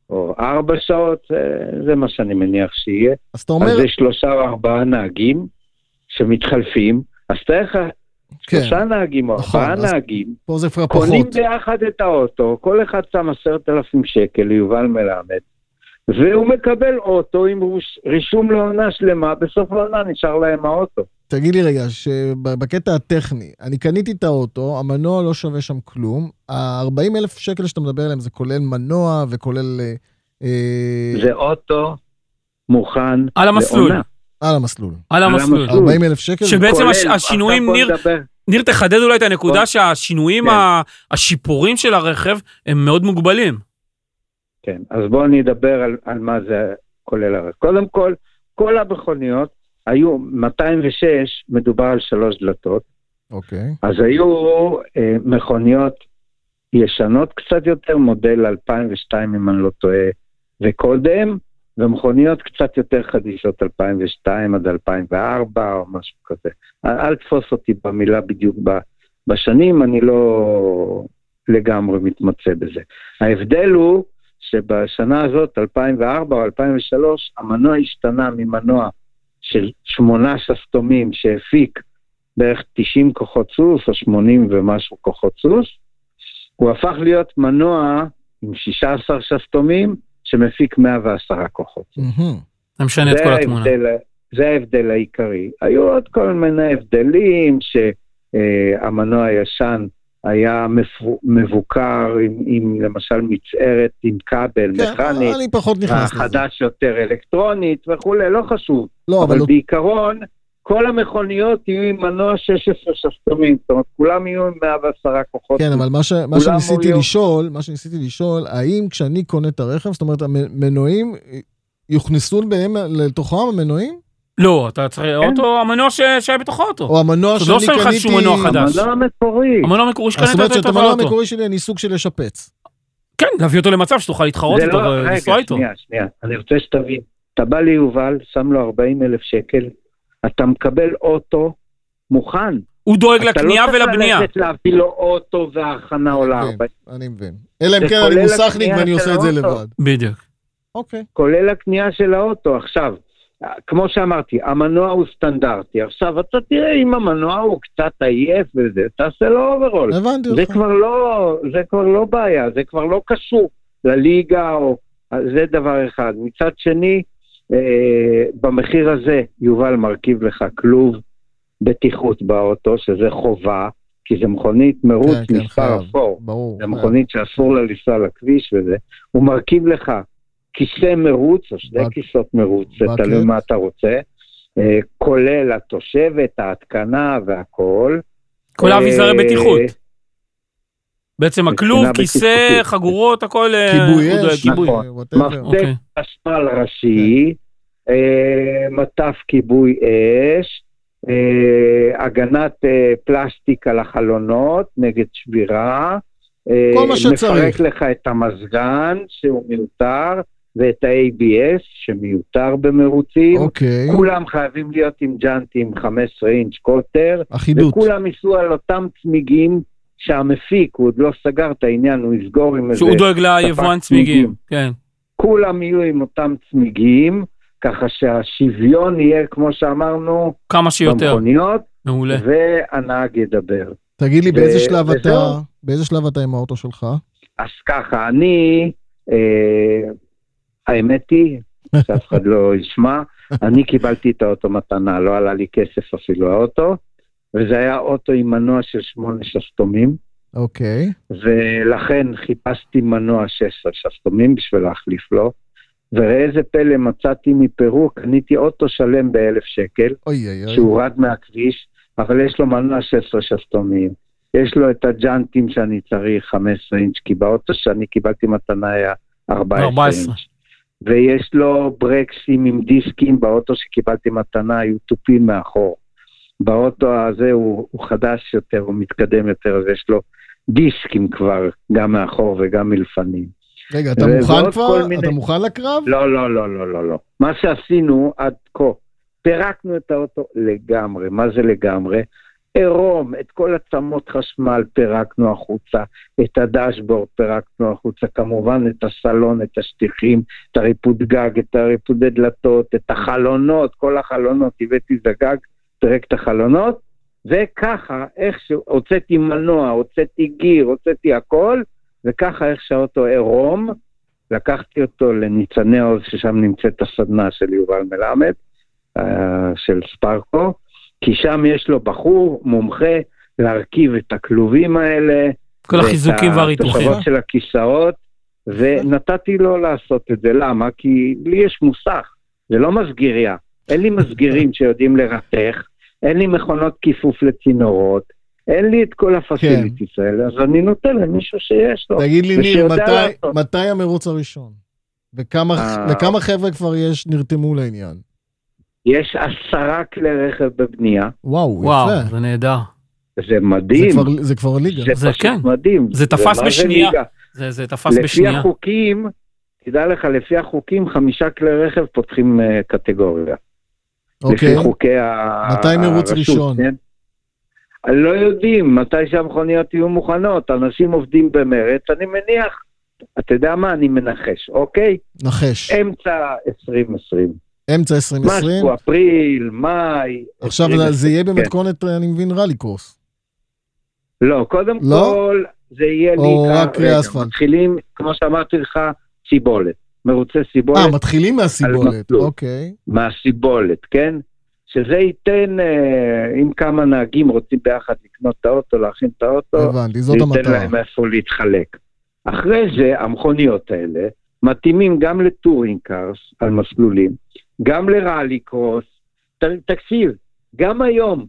Speaker 4: או ארבע שעות, אה, זה מה שאני מניח שיהיה.
Speaker 1: אז אתה אומר,
Speaker 4: אז יש שלושה או ארבעה נהגים שמתחלפים, אז תאר לך,
Speaker 1: כן,
Speaker 4: שלושה נהגים או
Speaker 1: נכון,
Speaker 4: ארבעה
Speaker 1: אז
Speaker 4: נהגים,
Speaker 1: פה זה כבר
Speaker 4: קונים
Speaker 1: פחות.
Speaker 4: ביחד את האוטו, כל אחד שם עשרת אלפים שקל ליובל מלמד, והוא מקבל אוטו עם רוש- רישום לעונה שלמה, בסוף העונה נשאר להם האוטו.
Speaker 1: תגיד לי רגע, שבקטע הטכני, אני קניתי את האוטו, המנוע לא שווה שם כלום, ה-40 אלף שקל שאתה מדבר עליהם זה כולל מנוע וכולל... אה, אה,
Speaker 4: זה אוטו מוכן
Speaker 2: על כן. המסלול.
Speaker 4: לעונה.
Speaker 1: אה, על המסלול.
Speaker 2: על המסלול.
Speaker 4: המסלול.
Speaker 1: 40 אלף שקל?
Speaker 2: שב- בעצם
Speaker 4: כולל,
Speaker 2: הש- השינויים,
Speaker 4: עכשיו בוא
Speaker 2: ניר-
Speaker 4: נדבר.
Speaker 2: ניר, תחדד אולי את הנקודה שהשינויים,
Speaker 4: כן.
Speaker 2: ה- השיפורים של הרכב, הם מאוד מוגבלים.
Speaker 4: כן, אז בואו נדבר על, על מה זה כולל הרכב. קודם כל, כל המכוניות היו 206, מדובר על שלוש דלתות,
Speaker 1: אוקיי.
Speaker 4: אז היו אה, מכוניות ישנות קצת יותר, מודל 2002 אם אני לא טועה, וקודם, ומכוניות קצת יותר חדישות 2002 עד 2004 או משהו כזה. אל אל תפוס אותי במילה בדיוק ב- בשנים, אני לא לגמרי מתמצא בזה. ההבדל הוא שבשנה הזאת, 2004 או 2003, המנוע השתנה ממנוע של שמונה שסתומים שהפיק בערך 90 כוחות סוס או 80 ומשהו כוחות סוס, הוא הפך להיות מנוע עם 16 שסתומים שמפיק 110 כוחות.
Speaker 1: מהמם.
Speaker 2: זה משנה את
Speaker 4: זה
Speaker 2: כל התמונה.
Speaker 4: ההבדל- זה ההבדל העיקרי. היו עוד כל מיני הבדלים, שהמנוע הישן היה מפו- מבוקר עם, עם למשל מצערת עם כבל
Speaker 1: כן,
Speaker 4: מכנית,
Speaker 1: אני פחות נכנס לזה.
Speaker 4: החדש יותר אלקטרונית וכולי, לא חשוב.
Speaker 1: לא, אבל
Speaker 4: אבל
Speaker 1: לא-
Speaker 4: בעיקרון, כל המכוניות יהיו עם מנוע 16 שסתומים, זאת אומרת, כולם יהיו עם 110 כוחות.
Speaker 1: כן, אבל מה, ש... מה
Speaker 4: כולם
Speaker 1: שניסיתי
Speaker 4: אוריו.
Speaker 1: לשאול, מה שניסיתי לשאול, האם כשאני קונה את הרכב, זאת אומרת, המנועים יוכנסו בהם לתוכם המנועים?
Speaker 2: לא, אתה צריך
Speaker 4: כן.
Speaker 2: אוטו, המנוע ש- שהיה בתוך
Speaker 4: אוקיי.
Speaker 2: האוטו.
Speaker 1: או המנוע
Speaker 2: אז
Speaker 1: שאני
Speaker 2: לא שמים לך
Speaker 1: קניתי...
Speaker 2: שום מנוע חדש.
Speaker 4: המנוע המקורי.
Speaker 2: המנוע המקורי
Speaker 1: אז
Speaker 2: שקנית
Speaker 1: זאת אומרת
Speaker 2: אותו
Speaker 1: שאת
Speaker 2: בתוך
Speaker 1: המנוע
Speaker 2: האוטו.
Speaker 1: המקורי שלי אני סוג של לשפץ.
Speaker 2: כן, להביא אותו למצב שתוכל להתחרות
Speaker 4: זה
Speaker 2: איתו
Speaker 4: לא-
Speaker 2: ולנסוע
Speaker 4: רגע,
Speaker 2: איתו.
Speaker 4: שנייה, שנייה, אני רוצה שתבין. אתה בא ליובל, שם לו 40 אלף שקל, אתה מקבל אוטו מוכן.
Speaker 2: הוא דואג
Speaker 4: אתה לא
Speaker 2: לקנייה
Speaker 4: צריך
Speaker 2: ולבנייה.
Speaker 4: ללכת להביא לו אוטו והכנה או לארבע,
Speaker 1: כן, אני מבין. אלא אם
Speaker 4: זה
Speaker 1: כן אני
Speaker 4: כולל
Speaker 1: מוסכניק
Speaker 4: הקנייה
Speaker 1: ואני
Speaker 4: של
Speaker 1: עושה את זה
Speaker 4: האוטו.
Speaker 1: לבד.
Speaker 4: אה,
Speaker 2: בדיוק.
Speaker 1: אוקיי.
Speaker 4: כולל הקנייה של האוטו. עכשיו, כמו שאמרתי, המנוע הוא סטנדרטי. עכשיו, אתה תראה אם המנוע הוא קצת עייף וזה, תעשה לו אוברול.
Speaker 1: הבנתי
Speaker 4: זה
Speaker 1: אותך.
Speaker 4: כבר לא, זה כבר לא בעיה, זה כבר לא קשור לליגה או... אז זה דבר אחד. מצד שני, אה, במחיר הזה יובל מרכיב לך כלוב בטיחות באוטו, שזה חובה, כי זה מכונית מרוץ
Speaker 1: כן, כן,
Speaker 4: מספר
Speaker 1: חייב.
Speaker 4: אפור,
Speaker 1: ברור.
Speaker 4: זה מכונית שאסור לה לנסוע לכביש וזה. הוא מרכיב לך כיסא מרוץ או שני
Speaker 1: בק-
Speaker 4: כיסאות מרוץ, זה
Speaker 1: בקט.
Speaker 4: תלוי מה אתה רוצה, אה, כולל התושבת, ההתקנה והכול.
Speaker 2: כל האביזרי
Speaker 4: אה,
Speaker 2: בטיחות. בעצם
Speaker 4: מבחינה
Speaker 2: הכלוב, כיסא,
Speaker 4: בטיחותית.
Speaker 2: חגורות, הכל... אה,
Speaker 1: כיבוי
Speaker 2: הוא דואג.
Speaker 1: אש,
Speaker 4: כיבוי.
Speaker 1: אה, whatever.
Speaker 4: נכון.
Speaker 2: אוקיי.
Speaker 4: חשמל ראשי,
Speaker 1: כן.
Speaker 4: אה, מטף כיבוי אש, אה, הגנת אה, פלסטיק על החלונות נגד שבירה, אה,
Speaker 1: כל מה שצריך.
Speaker 4: מפרק לך את המזגן שהוא מיותר, ואת ה-ABS שמיותר במרוצים,
Speaker 1: אוקיי.
Speaker 4: כולם חייבים להיות עם ג'אנטים 15 אינץ' קוטר,
Speaker 1: אחידות.
Speaker 4: וכולם ייסעו על אותם צמיגים שהמפיק, הוא עוד לא סגר את העניין, הוא יסגור עם איזה...
Speaker 2: שהוא דואג ליבואן
Speaker 4: ספק
Speaker 2: צמיגים.
Speaker 4: צמיגים.
Speaker 2: כן.
Speaker 4: כולם יהיו עם אותם צמיגים, ככה שהשוויון יהיה, כמו שאמרנו,
Speaker 2: כמה שיותר.
Speaker 4: במכוניות,
Speaker 2: מעולה.
Speaker 4: והנהג ידבר.
Speaker 1: תגיד לי,
Speaker 4: ו-
Speaker 1: באיזה שלב
Speaker 4: אה, וזהו.
Speaker 1: אתה... באיזה שלב אתה עם האוטו שלך?
Speaker 4: אז ככה, אני, אה, האמת היא, שאף אחד לא ישמע, אני קיבלתי את האוטו מתנה, לא עלה לי כסף אפילו האוטו, וזה היה אוטו עם מנוע של שמונה שסתומים,
Speaker 1: אוקיי.
Speaker 4: ולכן חיפשתי מנוע 16 שסתומים בשביל להחליף לו, וראה איזה פלא מצאתי מפרו, קניתי אוטו שלם באלף שקל,
Speaker 1: אוי אוי אוי.
Speaker 4: שהורד מהכביש, אבל יש לו מנוע 16 שסתומים, יש לו את הג'אנטים שאני צריך, 15 אינץ', כי באוטו שאני קיבלתי מתנה היה
Speaker 1: לא,
Speaker 4: 14
Speaker 2: 14.
Speaker 4: אינץ', ויש לו ברקסים עם דיסקים, באוטו שקיבלתי מתנה היו תופים מאחור. באוטו הזה הוא, הוא חדש יותר, הוא מתקדם יותר, אז יש לו דיסקים כבר, גם מאחור וגם מלפנים.
Speaker 1: רגע, אתה
Speaker 4: אה, ועוד
Speaker 1: מוכן
Speaker 4: כל
Speaker 1: כבר?
Speaker 4: מיני-
Speaker 1: אתה מוכן לקרב?
Speaker 4: לא, לא, לא, לא, לא, לא. מה שעשינו עד כה, פירקנו את האוטו לגמרי. מה זה לגמרי? עירום, את כל עצמות חשמל פירקנו החוצה, את הדשבורד פירקנו החוצה, כמובן את הסלון, את השטיחים, את הריפוד גג, את הריפודי דלתות, את החלונות, כל החלונות, הבאתי זגג, פירק את החלונות, וככה, איך ש... הוצאתי מנוע, הוצאתי גיר, הוצאתי הכל, וככה איך שהאוטו עירום, לקחתי אותו לניצני עוז, ששם נמצאת הסדנה של יובל מלמד, אה, של ספרקו, כי שם יש לו בחור מומחה להרכיב את הכלובים האלה.
Speaker 2: כל החיזוקים והריתוחים.
Speaker 4: ואת התושבות של הכיסאות, ונתתי לו לעשות את זה. למה? כי לי יש מוסך, זה לא מסגיריה. אין לי מסגירים שיודעים לרתך, אין לי מכונות כיפוף לצינורות, אין לי את כל
Speaker 2: כן.
Speaker 4: הפסיליטיס האלה, אז אני נותן למישהו שיש לו.
Speaker 1: תגיד לי, ניר,
Speaker 4: ושיודע
Speaker 1: מתי-
Speaker 4: לא. לעשות.
Speaker 1: מתי המרוץ הראשון? וכמה-
Speaker 4: אה.
Speaker 1: וכמה חבר'ה כבר יש, נרתמו לעניין?
Speaker 4: יש עשרה כלי רכב בבנייה,
Speaker 1: וואו,
Speaker 2: וואו,
Speaker 1: יפה.
Speaker 2: זה נהדר.
Speaker 4: זה
Speaker 1: זה
Speaker 4: מדהים.
Speaker 1: כבר- זה כבר ליגה.
Speaker 2: זה
Speaker 4: פשוט
Speaker 2: כן.
Speaker 4: מדהים.
Speaker 2: זה תפס
Speaker 4: מה זה
Speaker 2: בשנייה.
Speaker 4: ליגה?
Speaker 2: זה זה תפס
Speaker 4: לפי
Speaker 2: בשנייה.
Speaker 4: החוקים, תדע לך, לפי החוקים, חמישה כלי רכב פותחים אה, קטגוריה.
Speaker 1: אוקיי.
Speaker 4: לפי חוקי ה...
Speaker 1: מתי מרוץ
Speaker 4: הרשות,
Speaker 1: ראשון?
Speaker 4: כן? לא יודעים מתי שהמכוניות יהיו מוכנות, אנשים עובדים במרץ, אני מניח, אתה יודע מה, אני מנחש, אוקיי?
Speaker 1: נחש.
Speaker 4: אמצע 2020.
Speaker 1: אמצע 2020.
Speaker 4: משהו, אפריל, מאי.
Speaker 1: עכשיו זה-
Speaker 4: 2020.
Speaker 1: זה יהיה במתכונת, אה, אני מבין, ראלי קורס.
Speaker 4: לא, קודם
Speaker 1: לא?
Speaker 4: כל, זה יהיה לי...
Speaker 1: או
Speaker 4: ככה,
Speaker 1: רק
Speaker 4: רגע,
Speaker 1: אספלט?
Speaker 4: מתחילים, כמו שאמרתי לך, סיבולת. מרוצי
Speaker 1: אה,
Speaker 4: סיבולת
Speaker 1: מתחילים מהסיבולת.
Speaker 4: מסלול.
Speaker 1: אוקיי.
Speaker 4: מהסיבולת, כן? שזה ייתן, אה, אם כמה נהגים רוצים ביחד לקנות את האוטו, להכין את האוטו,
Speaker 1: הבנתי, זאת
Speaker 4: ניתן
Speaker 1: המטרה.
Speaker 4: להם איפה להתחלק. אחרי זה, המכוניות האלה מתאימים גם לטורינג קארס על מסלולים, גם לראלי קרוס. ת, תקשיב, גם היום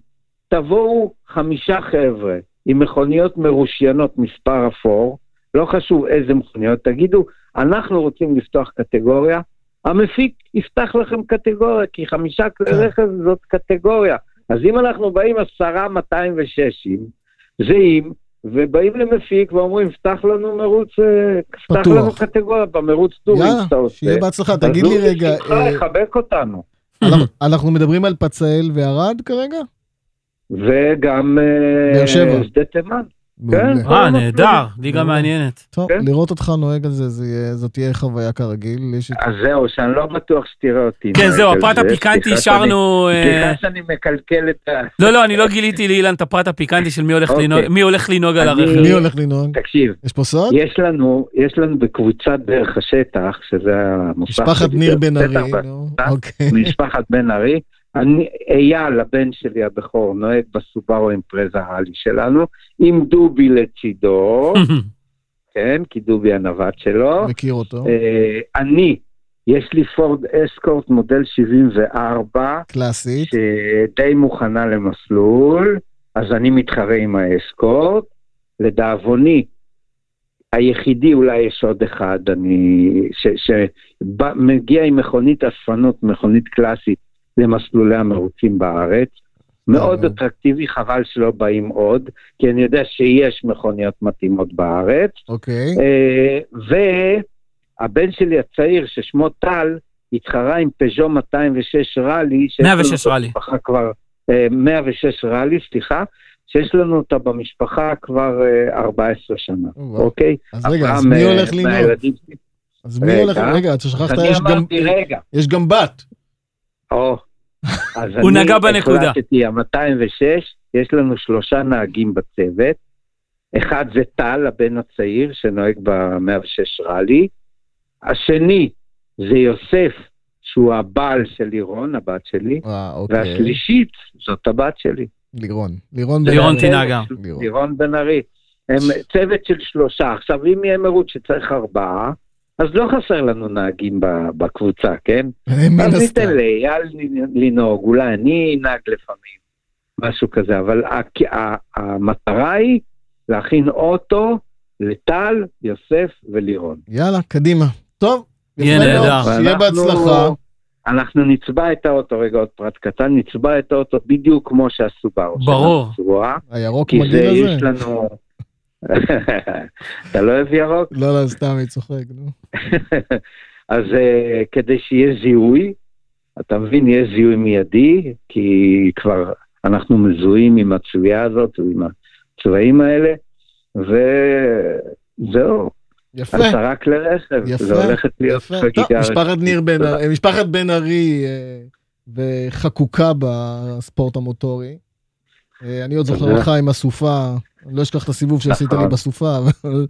Speaker 4: תבואו חמישה חבר'ה עם מכוניות מרושיינות מספר אפור, לא חשוב איזה מכוניות, תגידו, אנחנו רוצים לפתוח קטגוריה, המפיק יפתח לכם קטגוריה, כי חמישה כלי
Speaker 1: כן.
Speaker 4: רכב זאת קטגוריה. אז אם אנחנו באים עשרה 206 זהים, ובאים למפיק ואומרים, פתח לנו מרוץ, אה, פתח
Speaker 1: פתוח.
Speaker 4: לנו קטגוריה במרוץ טורים שאתה
Speaker 1: יאללה,
Speaker 4: עושה.
Speaker 1: שיהיה בהצלחה. תגיד
Speaker 4: אז
Speaker 1: לי
Speaker 4: נו,
Speaker 1: רגע,
Speaker 4: בשמחה,
Speaker 1: אה,
Speaker 4: יחבק אותנו.
Speaker 1: אנחנו- אנחנו מדברים על פצאל וערד כרגע?
Speaker 4: וגם אה,
Speaker 1: באר שבע.
Speaker 4: שדה תימן.
Speaker 1: מעולה.
Speaker 2: אה, נהדר, ליגה מעניינת.
Speaker 1: טוב,
Speaker 4: כן.
Speaker 1: לראות אותך נוהג על זה, זה יהיה- זאת תהיה חוויה כרגיל. יש לי-
Speaker 4: אז זהו, שאני לא בטוח שתראה אותי.
Speaker 2: כן,
Speaker 4: נוהג
Speaker 2: זהו,
Speaker 4: על
Speaker 2: הפרט
Speaker 4: לא, זה.
Speaker 2: הפיקנטי
Speaker 4: אה, סליחה
Speaker 2: השארנו...
Speaker 4: שאני-
Speaker 2: אה,
Speaker 4: סליחה שאני מקלקל את ה...
Speaker 2: לא, לא, אני לא גיליתי לאילן את הפרט הפיקנטי של מי הולך
Speaker 4: אוקיי.
Speaker 2: לנהוג- מי הולך לנהוג על
Speaker 4: אני-
Speaker 2: הרכב.
Speaker 1: מי הולך לנהוג?
Speaker 4: תקשיב,
Speaker 1: יש פה סוד?
Speaker 4: אה, יש לנו, יש לנו בקבוצת דרך השטח, שזה המוסך...
Speaker 1: משפחת
Speaker 4: שלי,
Speaker 1: ניר
Speaker 4: דרך
Speaker 1: בן ארי,
Speaker 4: השטח,
Speaker 1: נו,
Speaker 4: אה?
Speaker 1: אוקיי.
Speaker 4: משפחת בן ארי. אני, אייל, הבן שלי הבכור, נוהג בסובארו אימפרזה הלי שלנו, עם דובי לצידו, כן, כי דובי הנווט שלו.
Speaker 1: מכיר אותו.
Speaker 4: אה, אני, יש לי פורד אסקורט מודל 74,
Speaker 1: קלאסית.
Speaker 4: שדי מוכנה למסלול, אז אני מתחרה עם האסקורט. לדאבוני, היחידי, אולי יש עוד אחד, אני... שמגיע עם מכונית אספנות, מכונית קלאסית, למסלולי המרוצים בארץ. מאוד
Speaker 1: ברור.
Speaker 4: אטרקטיבי, חבל שלא באים עוד, כי אני יודע שיש מכוניות מתאימות בארץ.
Speaker 1: אוקיי.
Speaker 4: אה, והבן שלי הצעיר, ששמו טל, התחרה עם פז'ו 206 ראלי. שיש לנו
Speaker 2: 106
Speaker 4: אותו
Speaker 2: ראלי.
Speaker 4: במשפחה כבר, אה, 106 ראלי, סליחה, שיש לנו אותה במשפחה כבר אה, 14 שנה,
Speaker 1: וואו.
Speaker 4: אוקיי?
Speaker 1: אז רגע, אז
Speaker 4: אברהם,
Speaker 1: מי
Speaker 4: אה,
Speaker 1: הולך לנהוג?
Speaker 4: מהילדים שלי.
Speaker 1: אז מי
Speaker 4: רגע.
Speaker 1: הולך? רגע, אתה שכחת,
Speaker 4: אז אני
Speaker 1: יש גם-
Speaker 4: אמרתי, רגע.
Speaker 1: יש גם בת.
Speaker 4: או. אז
Speaker 2: הוא
Speaker 4: אני
Speaker 2: נגע בנקודה.
Speaker 4: החלטתי, ה-206, יש לנו שלושה נהגים בצוות. אחד זה טל, הבן הצעיר, שנוהג ב-106 ראלי. השני זה יוסף, שהוא הבעל של לירון, הבת שלי.
Speaker 1: אה, אוקיי.
Speaker 4: והשלישית, זאת הבת שלי.
Speaker 1: לירון. לירון בן
Speaker 2: לירון
Speaker 1: ארי.
Speaker 2: תנהג גם.
Speaker 1: לירון.
Speaker 4: לירון בן ארי. הם צוות של שלושה. עכשיו, אם יהיה מרוץ שצריך ארבעה, אז לא חסר לנו נהגים ב- בקבוצה, כן?
Speaker 1: אה, מן
Speaker 4: אז
Speaker 1: הסתם.
Speaker 4: ניתן לאייל לנהוג, אולי אני אנהג לפעמים, משהו כזה, אבל הכ- ה- המטרה היא להכין אוטו לטל, יוסף ולירון.
Speaker 1: יאללה, קדימה. טוב.
Speaker 2: יהיה
Speaker 1: יפה מאוד.
Speaker 2: נהדר.
Speaker 1: שיהיה
Speaker 4: ואנחנו-
Speaker 1: בהצלחה.
Speaker 4: אנחנו נצבע את האוטו, רגע עוד פרט קטן, נצבע את האוטו בדיוק כמו שהסובארו.
Speaker 2: ברור.
Speaker 4: שלנו צבועה,
Speaker 1: הירוק
Speaker 4: כי זה
Speaker 1: מגעיל הזה?
Speaker 4: יש לנו... אתה לא אוהב ירוק?
Speaker 1: לא, לא, סתם, אני צוחק, נו.
Speaker 4: אז אה, כדי שיהיה זיהוי, אתה מבין, יהיה זיהוי מיידי, כי כבר אנחנו מזוהים עם הצביעה הזאת ועם הצבעים האלה, וזהו,
Speaker 1: יפה.
Speaker 4: עשרה כלי רכב,
Speaker 1: יפה,
Speaker 4: זה הולכת להיות
Speaker 1: יפה. טוב,
Speaker 4: חגיגה.
Speaker 1: משפחת ניר בן
Speaker 4: תודה.
Speaker 1: ארי, משפחת בן ארי אה, וחקוקה בספורט המוטורי. אה, אני עוד זוכר
Speaker 4: תודה.
Speaker 1: אותך עם הסופה, אני לא אשכח את הסיבוב שעשית לי
Speaker 4: נכון.
Speaker 1: בסופה, אבל...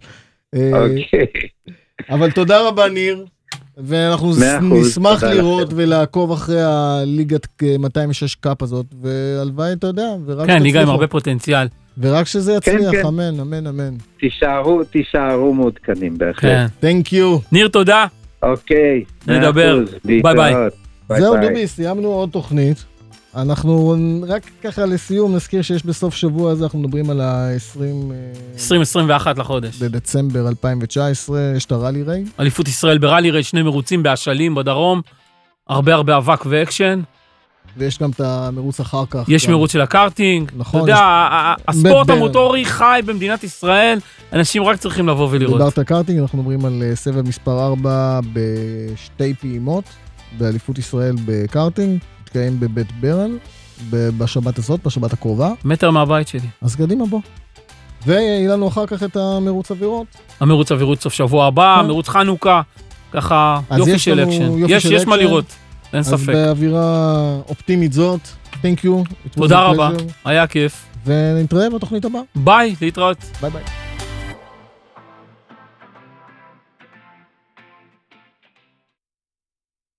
Speaker 1: אה,
Speaker 4: אוקיי,
Speaker 1: אבל תודה רבה ניר, ואנחנו
Speaker 4: מאה אחוז,
Speaker 1: נשמח
Speaker 4: תודה
Speaker 1: לראות
Speaker 4: לכם.
Speaker 1: ולעקוב אחרי הליגת אה, 206 קאפ הזאת, והלוואי, אתה יודע, ורק
Speaker 2: כן, ליגה עם
Speaker 1: שתצליחו.
Speaker 2: הרבה פוטנציאל.
Speaker 1: ורק שזה יצליח,
Speaker 4: כן.
Speaker 1: אמן, אמן, אמן.
Speaker 4: תישארו, תישארו מעודכנים בהחלט.
Speaker 2: כן.
Speaker 1: Thank you.
Speaker 2: ניר, תודה.
Speaker 4: אוקיי, מאה
Speaker 2: נדבר.
Speaker 4: אחוז,
Speaker 2: ביי ביי.
Speaker 4: להתראות. ביי
Speaker 1: זהו
Speaker 4: ביי.
Speaker 1: דובי, סיימנו עוד תוכנית. אנחנו רק ככה לסיום נזכיר שיש בסוף שבוע הזה, אנחנו מדברים על ה-20
Speaker 2: 2021 לחודש.
Speaker 1: בדצמבר 2019, יש את הראלי ריי.
Speaker 2: אליפות ישראל בראלי רייד, שני מרוצים באשלים בדרום. הרבה הרבה אבק ואקשן.
Speaker 1: ויש גם את המרוץ אחר כך.
Speaker 2: יש
Speaker 1: גם.
Speaker 2: מרוץ של הקארטינג.
Speaker 1: כן. נכון,
Speaker 2: אתה יודע,
Speaker 1: יש-
Speaker 2: ה- ה- הספורט
Speaker 1: ב- ב-
Speaker 2: המוטורי חי במדינת ישראל, אנשים רק צריכים לבוא ולראות.
Speaker 1: דיברת קארטינג, אנחנו מדברים על אה, סבב מספר 4 בשתי פעימות, באליפות ישראל בקארטינג, מתקיים בבית ברל, ב- בשבת הזאת, בשבת הקרובה,
Speaker 2: מטר מהבית שלי.
Speaker 1: אז קדימה בוא. ויהיה לנו אחר כך את המרוץ אווירות.
Speaker 2: המרוץ אווירות סוף שבוע הבא,
Speaker 1: כן.
Speaker 2: מרוץ חנוכה, ככה
Speaker 1: אז
Speaker 2: יופי
Speaker 1: יש
Speaker 2: של
Speaker 1: לנו
Speaker 2: אקשן.
Speaker 1: יופי
Speaker 2: יש
Speaker 1: של
Speaker 2: יש מה
Speaker 1: אקשן.
Speaker 2: לראות, אין
Speaker 1: אז
Speaker 2: ספק.
Speaker 1: באווירה אופטימית זאת, Thank you. It was
Speaker 2: תודה
Speaker 1: a
Speaker 2: רבה.
Speaker 1: pleasure.
Speaker 2: היה כיף.
Speaker 1: ונתראה בתוכנית הבאה.
Speaker 2: ביי, להתראות.
Speaker 1: ביי ביי.